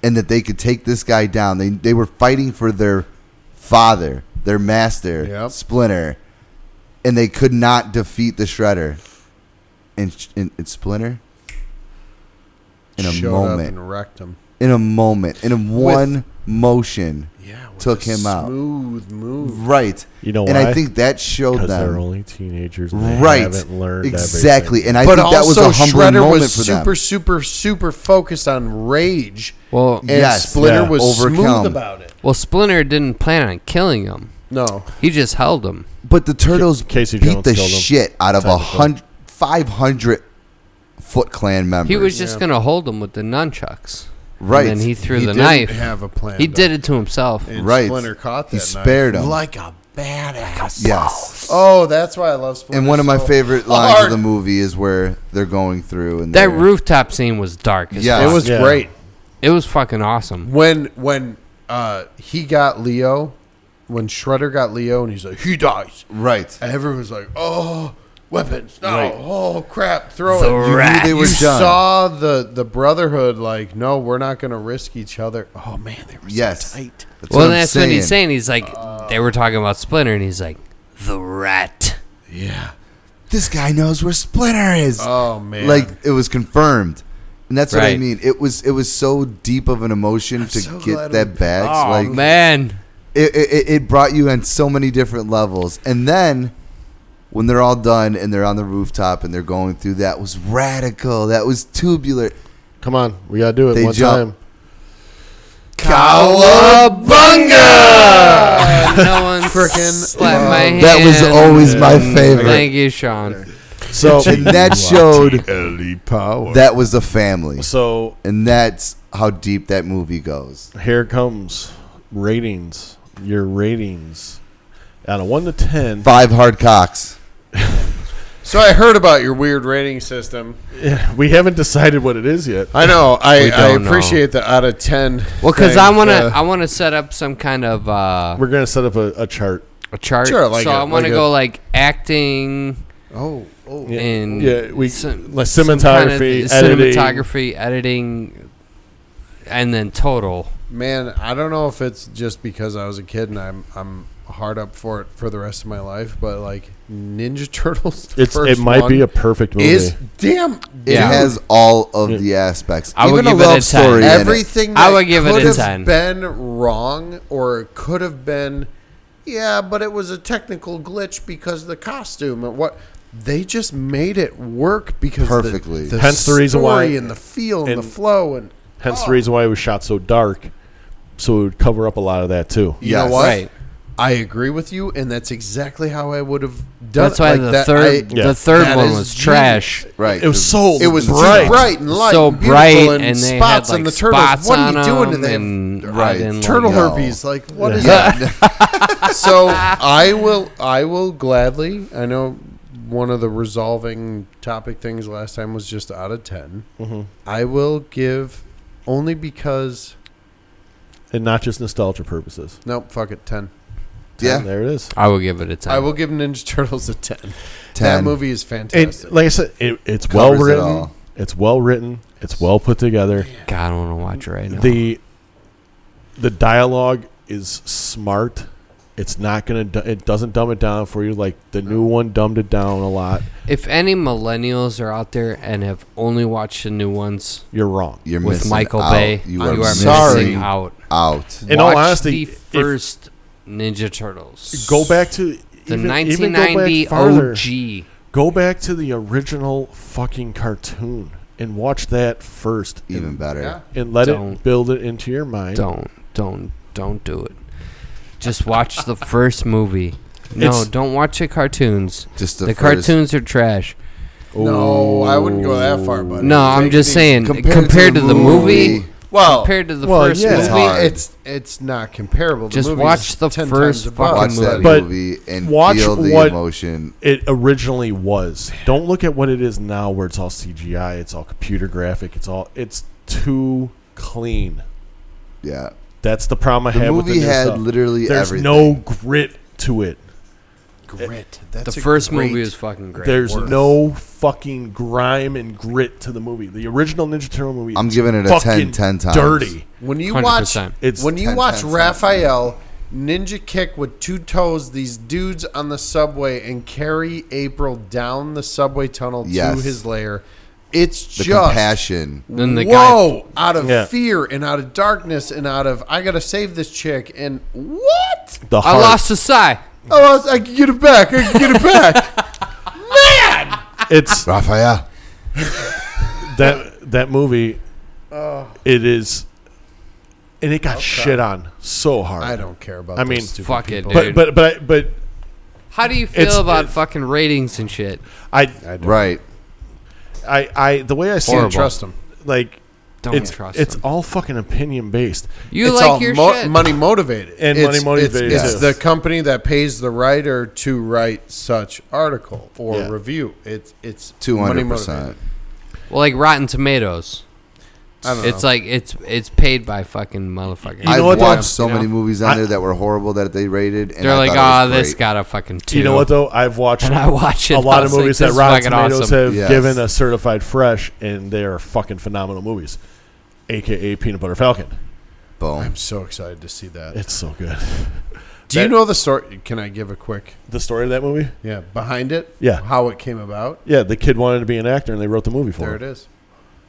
S4: and that they could take this guy down. They they were fighting for their father, their master,
S3: Yep.
S4: Splinter, and they could not defeat the Shredder. And, sh- and, and Splinter, in a
S3: showed up
S4: moment,
S3: and wrecked him.
S4: in a moment, in a one motion,
S3: Yeah. with
S4: Took
S3: a
S4: him out.
S3: Smooth move.
S4: right?
S1: You know
S4: And
S1: why?
S4: I think that showed
S1: because they're
S4: them
S1: only teenagers. And they
S4: right,
S1: Haven't learned
S4: exactly.
S1: everything.
S4: And I
S3: but
S4: think that was
S3: also,
S4: a humbling
S3: Shredder
S4: moment
S3: was
S4: for them.
S3: super, super, super focused on rage,
S2: well,
S3: and
S4: Yes,
S3: Splinter
S1: yeah,
S3: was
S4: overcome.
S3: smooth about it.
S2: well, Splinter didn't plan on killing him.
S3: No,
S2: He just held him.
S4: But the turtles
S1: Casey
S4: beat
S1: Jones
S4: the
S1: killed 'em.
S4: shit out of a
S1: Technically.
S4: hundred, five hundred Foot Clan members.
S2: He was just
S3: Yeah.
S2: gonna hold him with the nunchucks.
S4: right.
S2: And then he threw
S3: he
S2: the
S3: didn't
S2: knife.
S3: have a plan.
S2: he
S3: though.
S2: did it to himself.
S3: And
S4: Right.
S3: Splinter caught that.
S4: He
S3: knife
S4: spared him.
S3: like a badass.
S4: yes.
S3: Oh, that's why I love Splinter.
S4: And one of my
S3: so
S4: favorite lines
S3: hard.
S4: of the movie is where they're going through and
S2: That
S4: they're-
S2: rooftop scene was dark. As
S4: Yeah.
S2: fuck.
S3: It was
S1: Yeah.
S3: great
S2: It was fucking awesome.
S3: when when uh, he got Leo, when Shredder got Leo, and he's like, he dies.
S4: right.
S3: And everyone's like, oh, weapons. No,
S1: Right.
S3: oh, crap, throw
S2: The
S3: it.
S2: You knew rats.
S4: they were
S3: You
S4: done.
S3: saw the, the brotherhood like, no, we're not going to risk each other. Oh, man, they were
S4: Yes.
S3: so tight.
S4: That's
S2: well, that's what he's saying. He's like, they were talking about Splinter, and he's like, the rat.
S3: Yeah.
S4: This guy knows where Splinter is.
S3: Oh, man.
S4: like it was confirmed. And that's what I
S2: Right.
S4: mean. It was it was so deep of an emotion to
S3: so
S4: get
S3: glad
S4: that
S3: we-
S4: back.
S2: Oh
S1: [laughs]
S4: like
S2: man,
S4: it, it, it- it brought you on so many different levels. And then when they're all done and they're on the rooftop and they're going through, that was radical. That was tubular.
S1: Come on, we gotta do it
S4: They
S1: one
S4: jump.
S1: time.
S4: Cowabunga!
S2: no one
S3: Frickin'
S2: slapped my hand.
S4: That was always my
S2: Thank
S4: favorite.
S2: you, Sean.
S1: So
S4: And
S1: [laughs]
S4: that showed
S3: power.
S4: that was the family.
S1: so
S4: And that's how deep that movie goes.
S1: here comes ratings. Your ratings out of one to ten.
S4: Five hard cocks.
S3: so I heard about your weird rating system.
S1: Yeah, [laughs] We haven't decided what it is yet.
S3: I know. I,
S2: We
S3: I
S2: don't
S3: appreciate the out of 10.
S2: Well, because
S3: thing,
S2: I wanna,
S3: uh,
S2: I wanna set up some kind of uh,
S1: We're gonna set up a, a chart.
S2: a chart.
S3: Sure, like
S2: so
S3: a-
S2: I wanna
S3: like a-
S2: go like acting
S3: oh, oh.
S1: Yeah,
S2: and
S1: yeah, we
S2: some-
S1: like
S2: some kind of
S1: cinematography, editing.
S2: cinematography, editing, and then total.
S3: Man, I don't know if it's just because I was a kid and I'm I'm hard up for it for the rest of my life, but like Ninja [laughs] Turtles, the
S1: It's it
S3: first
S1: might be a
S3: one
S1: perfect movie.
S3: is damn.
S4: It
S2: Yeah.
S4: has all of
S1: Yeah.
S4: the aspects.
S2: I would
S4: Even a
S2: give it a
S4: love
S2: 10.
S4: story. in it.
S3: everything.
S2: I
S3: that
S2: would give it
S3: could
S2: a
S3: have
S2: 10.
S3: Been wrong or it could have been. Yeah, but it was a technical glitch because the costume and what they just made it work because the-
S4: Perfectly.
S3: The,
S1: Hence the reason why-
S3: story and the feel and, the
S1: and-
S3: flow and
S1: Hence
S3: oh.
S1: the reason why it was shot so dark, so it would cover up a lot of that too.
S3: You know
S4: Yes.
S3: what?
S2: Right.
S3: I agree with you, and that's exactly how I would have done.
S2: That's
S3: it.
S2: why
S3: Like
S2: the
S3: that,
S2: third
S3: I-
S1: Yeah.
S2: the third
S3: that
S2: one
S3: is
S2: was
S3: genius.
S2: trash.
S4: Right.
S1: It was so
S3: It was
S1: bright.
S3: bright, bright and light,
S2: so
S3: and beautiful
S2: bright,
S3: and,
S2: and they had
S3: spots
S2: like
S3: on the turtles.
S2: spots
S3: What
S2: on
S3: are you doing to
S2: them,
S3: them?
S2: and I
S4: Right.
S2: didn't like
S3: Turtle
S2: it.
S4: No.
S3: herpes, like what [laughs] is that?
S4: Yeah.
S2: [laughs]
S3: so I will I will gladly I know one of the resolving topic things last time was just out of 10.
S1: Mhm.
S3: I will give only because
S1: and not just nostalgia purposes.
S3: nope, fuck it, 10.
S1: And
S4: yeah.
S1: there it is.
S2: I will give it a ten.
S3: I will give Ninja Turtles a 10.
S4: 10.
S3: That movie is
S1: And
S3: fantastic.
S1: like I said, it, it's well
S4: Covers it
S1: written.
S4: all.
S1: it's well written. It's well put together.
S2: God, I want to watch it right now.
S1: the The dialogue is smart. It's not gonna. du- It doesn't dumb it down for you. Like the new one dumbed it down a lot.
S2: if any millennials are out there and have only watched the new ones
S1: You're wrong.
S4: You're
S2: with
S4: missing
S2: Michael
S4: out.
S2: Bay, Oh,
S4: You
S3: I'm
S4: are
S3: sorry.
S2: missing
S4: missing
S2: out.
S4: out.
S1: In all
S2: Watch
S1: honesty,
S2: the
S1: if-
S2: first Ninja Turtles.
S1: Go back to
S2: the
S1: even- even go back
S2: 1990
S1: farther.
S2: OG.
S1: Go back to the original fucking cartoon and watch that first. and-
S4: Even better.
S3: yeah.
S1: and let
S2: Don't.
S1: it build it into your mind.
S2: Don't, don't, don't do it. Just watch the [laughs] first movie. No,
S1: It's-
S2: don't watch the cartoons.
S4: Just the,
S2: The,
S4: first-
S2: cartoons are trash.
S3: No, I wouldn't go that far, buddy.
S2: No,
S3: Take
S2: I'm
S3: it
S2: just
S3: easy.
S2: saying compared, to, the movie,
S3: Well,
S2: compared to the
S1: Well,
S2: first
S1: yeah.
S4: It's
S2: movie,
S4: hard.
S3: it's it's not comparable. The
S2: Just
S3: movie's
S2: watch the
S3: 10
S2: first
S3: times
S2: fucking
S3: above.
S4: Watch that
S2: movie.
S1: But
S4: movie and
S1: watch
S4: feel the
S1: what-
S4: emotion.
S1: It originally was. Don't look at what it is now, where it's all CGI, it's all computer graphic, it's all it's too clean.
S4: Yeah.
S1: That's the problem I
S4: The
S1: have with
S4: movie
S1: the new
S4: had
S1: stuff.
S4: literally
S1: There's
S4: everything.
S1: no grit to it.
S3: Grit. That's
S2: the
S3: a
S2: first
S3: great-
S2: movie is fucking great.
S1: There's
S3: work.
S1: no fucking grime and grit to the movie. The original Ninja Turtle movie.
S4: I'm
S1: is
S4: giving it a 10,
S1: fucking
S4: 10 times.
S1: Dirty.
S3: When you watch
S2: 100%.
S1: It's
S3: when you
S4: 10
S3: watch
S4: times
S3: Raphael ninja kick with two toes these dudes on the subway and carry April down the subway tunnel
S4: Yes.
S3: to his lair, it's
S4: The
S3: just
S4: compassion.
S2: Then the guy,
S3: whoa out of
S1: Yeah.
S3: fear and out of darkness and out of I gotta save this chick and what?
S1: the
S2: I
S1: heart.
S2: lost a sigh.
S3: Oh, I, was- I can get it back. I can get it back.
S4: [laughs]
S2: [laughs]
S1: It's
S4: Raphael.
S1: that that movie. It is, and it got shit on so hard.
S3: I don't care about.
S1: I
S3: those
S1: mean,
S3: stupid
S2: Fuck
S3: people.
S2: it,
S1: But
S2: dude.
S1: but but I, but
S2: How do you feel
S1: It's-
S2: about
S1: it-
S2: fucking ratings and shit?
S1: I
S4: Right.
S1: I I the way I see
S2: Horrible.
S1: it,
S3: Trust them.
S1: like
S2: Don't
S1: it's
S2: trust
S1: it's
S2: them.
S1: all fucking opinion based.
S2: You
S3: it's
S2: like
S3: all
S2: your
S3: mo-
S2: shit.
S3: money motivated
S1: And
S3: It's-
S1: money
S3: it's-
S1: motivated,
S3: It's,
S4: yes.
S3: the company that pays the writer to write such article or
S1: Yeah.
S3: review. It's it's money
S4: 200%.
S3: motivated.
S2: Well, like Rotten Tomatoes.
S3: I don't
S2: It's
S3: know.
S2: like it's it's paid by fucking motherfuckers.
S1: You know
S4: I've
S1: what, though?
S4: watched so
S2: You know?
S4: many movies
S1: I-
S4: on there that were horrible that they rated. And
S2: They're
S4: I
S2: like,
S4: thought
S2: ah,
S4: it was
S2: this
S4: great."
S2: got a fucking two.
S1: You know what though? I've watched
S2: [laughs] And I watch it.
S1: a lot
S2: I
S1: of
S2: was like,
S1: movies
S2: this
S1: that
S2: is
S1: Rotten
S2: fucking
S1: Tomatoes
S2: awesome.
S1: have
S4: Yes.
S1: given a certified fresh, and they are fucking phenomenal movies. AKA Peanut Butter Falcon.
S4: Boom.
S3: I'm so excited to see that.
S1: It's so good.
S3: Do you know the story? Can I give a quick
S1: The story of that movie?
S3: yeah behind it?
S1: Yeah.
S3: how it came about.
S1: Yeah, the kid wanted to be an actor, and they wrote the movie for
S3: There it
S1: him.
S3: is.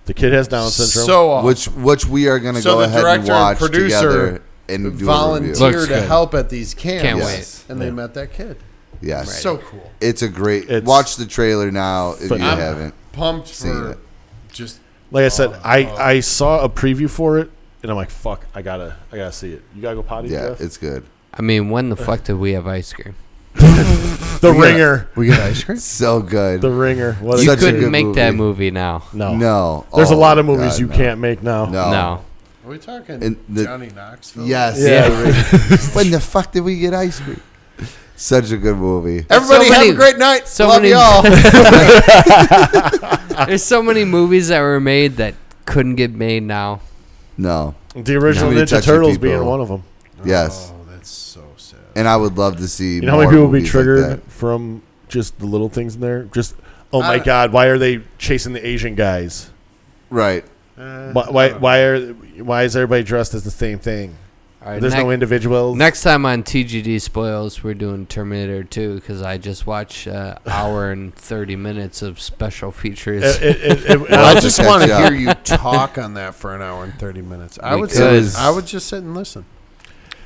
S1: The kid has Down syndrome.
S3: So awesome.
S4: Which which we are going to
S3: So
S4: go
S3: the
S4: ahead and
S3: director and
S4: watch
S3: producer
S4: together and do a
S3: volunteer
S4: review.
S2: Look- Looks
S3: to
S2: good.
S3: help at these camps.
S2: Can't
S4: Yes.
S3: And they met that kid.
S4: Yes.
S2: Right.
S3: So cool.
S4: It's a great.
S1: It's-
S4: watch the trailer now if you
S1: Phenomenal.
S4: haven't.
S3: Pumped
S4: Seen
S3: for
S4: it.
S3: just
S1: like I said, I, I saw a preview for it, and I'm like, fuck, I gotta I gotta see it. You gotta go potty.
S4: Yeah,
S1: Jeff?
S4: it's good.
S2: I mean, when the fuck did we have ice cream?
S1: the Ringer,
S3: we got ice cream.
S4: So good.
S1: the Ringer. What
S4: It's
S2: You
S1: a
S4: such
S1: good-
S2: couldn't
S4: good
S2: make that
S4: movie.
S2: movie now.
S1: no,
S4: no.
S1: There's a
S4: Oh,
S1: lot of movies
S4: God,
S1: you
S4: no.
S1: can't make now.
S4: No.
S1: [laughs]
S2: No,
S3: Are we talking
S4: And the-
S3: Johnny Knoxville?
S4: Yes.
S1: Yeah. [laughs]
S4: when the fuck did we get ice cream? Such a good movie.
S3: Everybody
S2: So
S3: have
S2: many-
S3: a great night.
S2: so
S3: Love
S2: many-
S3: y'all.
S1: [laughs]
S2: there's so many movies that were made that couldn't get made now.
S4: [laughs] No.
S1: The original
S4: Too many
S1: Ninja
S4: touchy
S1: Turtles
S4: people.
S1: being one of them.
S4: Yes.
S3: Oh, that's so sad.
S4: And I would love to see.
S1: You know how many
S4: more
S1: people would be
S4: movies like
S1: triggered
S4: that.
S1: from just the little things in there? Just oh my
S2: Uh,
S3: I-
S1: god, why are they chasing the Asian guys?
S4: Right.
S2: Uh,
S1: Why why, why are why is everybody dressed as the same thing?
S2: All right,
S1: There's
S2: next,
S1: no individuals.
S2: next time on TGD spoils, we're doing Terminator 2 because I just watched uh, hour and 30 minutes of special features.
S1: Uh, It- it-
S2: [laughs]
S1: it- it- it-
S3: I
S4: I'll
S3: just
S4: catch
S3: want to
S4: up.
S3: hear you talk on that for an hour and thirty minutes. I
S2: We
S3: would
S2: could.
S3: sit, I would just sit and listen.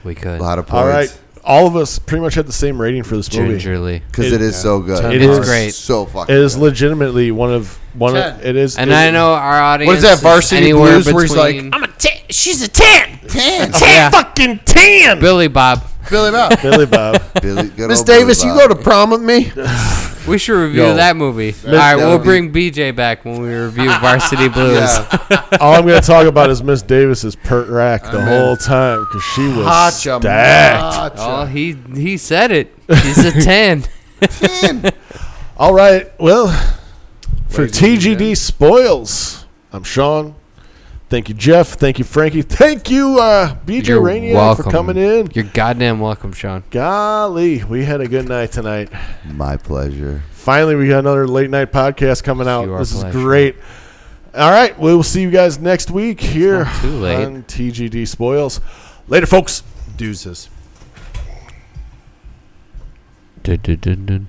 S2: we
S4: A
S2: could
S4: lot of points.
S1: all right, all of us pretty much had the same rating for this movie.
S2: gingerly.
S4: Because
S1: It-
S4: it is so good.
S1: It
S2: It's
S1: is-
S2: great.
S4: So fucking
S1: It is
S4: good.
S1: legitimately one of one
S3: Ten.
S1: of it is.
S2: And
S1: it-
S2: I know our audience.
S3: What is that
S2: is
S3: varsity
S2: anywhere
S3: blues
S2: between,
S3: where he's like,
S2: I'm a ten. She's a ten. Ten. Ten. Fucking ten. Billy Bob.
S3: Billy Bob.
S1: Billy
S2: [laughs]
S1: Bob.
S4: Billy, good
S3: Miss
S4: old Billy
S3: Davis, you
S4: Bob.
S3: go to prom with me?
S2: We should review
S3: Yo.
S2: that movie. All right,
S4: that
S2: we'll
S4: would
S2: bring BJ back when we review Varsity Blues.
S4: Yeah.
S1: All I'm going to talk about is Miss Davis's pert rack the
S3: I'm in.
S1: whole time because she was
S3: Hotcha,
S1: stacked.
S2: Oh, he he said it. He's a ten.
S1: All right. Well, for
S3: Ladies and
S1: TGD spoils, I'm Sean. Thank you, Jeff. Thank you, Frankie. Thank you, uh, BJ
S2: You're
S1: Rainier, for
S2: welcome.
S1: coming in.
S2: You're goddamn welcome, Sean.
S1: Golly, we had a good night tonight.
S4: My pleasure.
S1: Finally, we got another late night podcast coming out.
S2: Your
S1: This is
S2: pleasure.
S1: great. All right, we will see you guys next week here
S2: not too late.
S1: on TGD Spoils. Later, folks.
S3: Deuces.
S2: Dun, dun, dun, dun.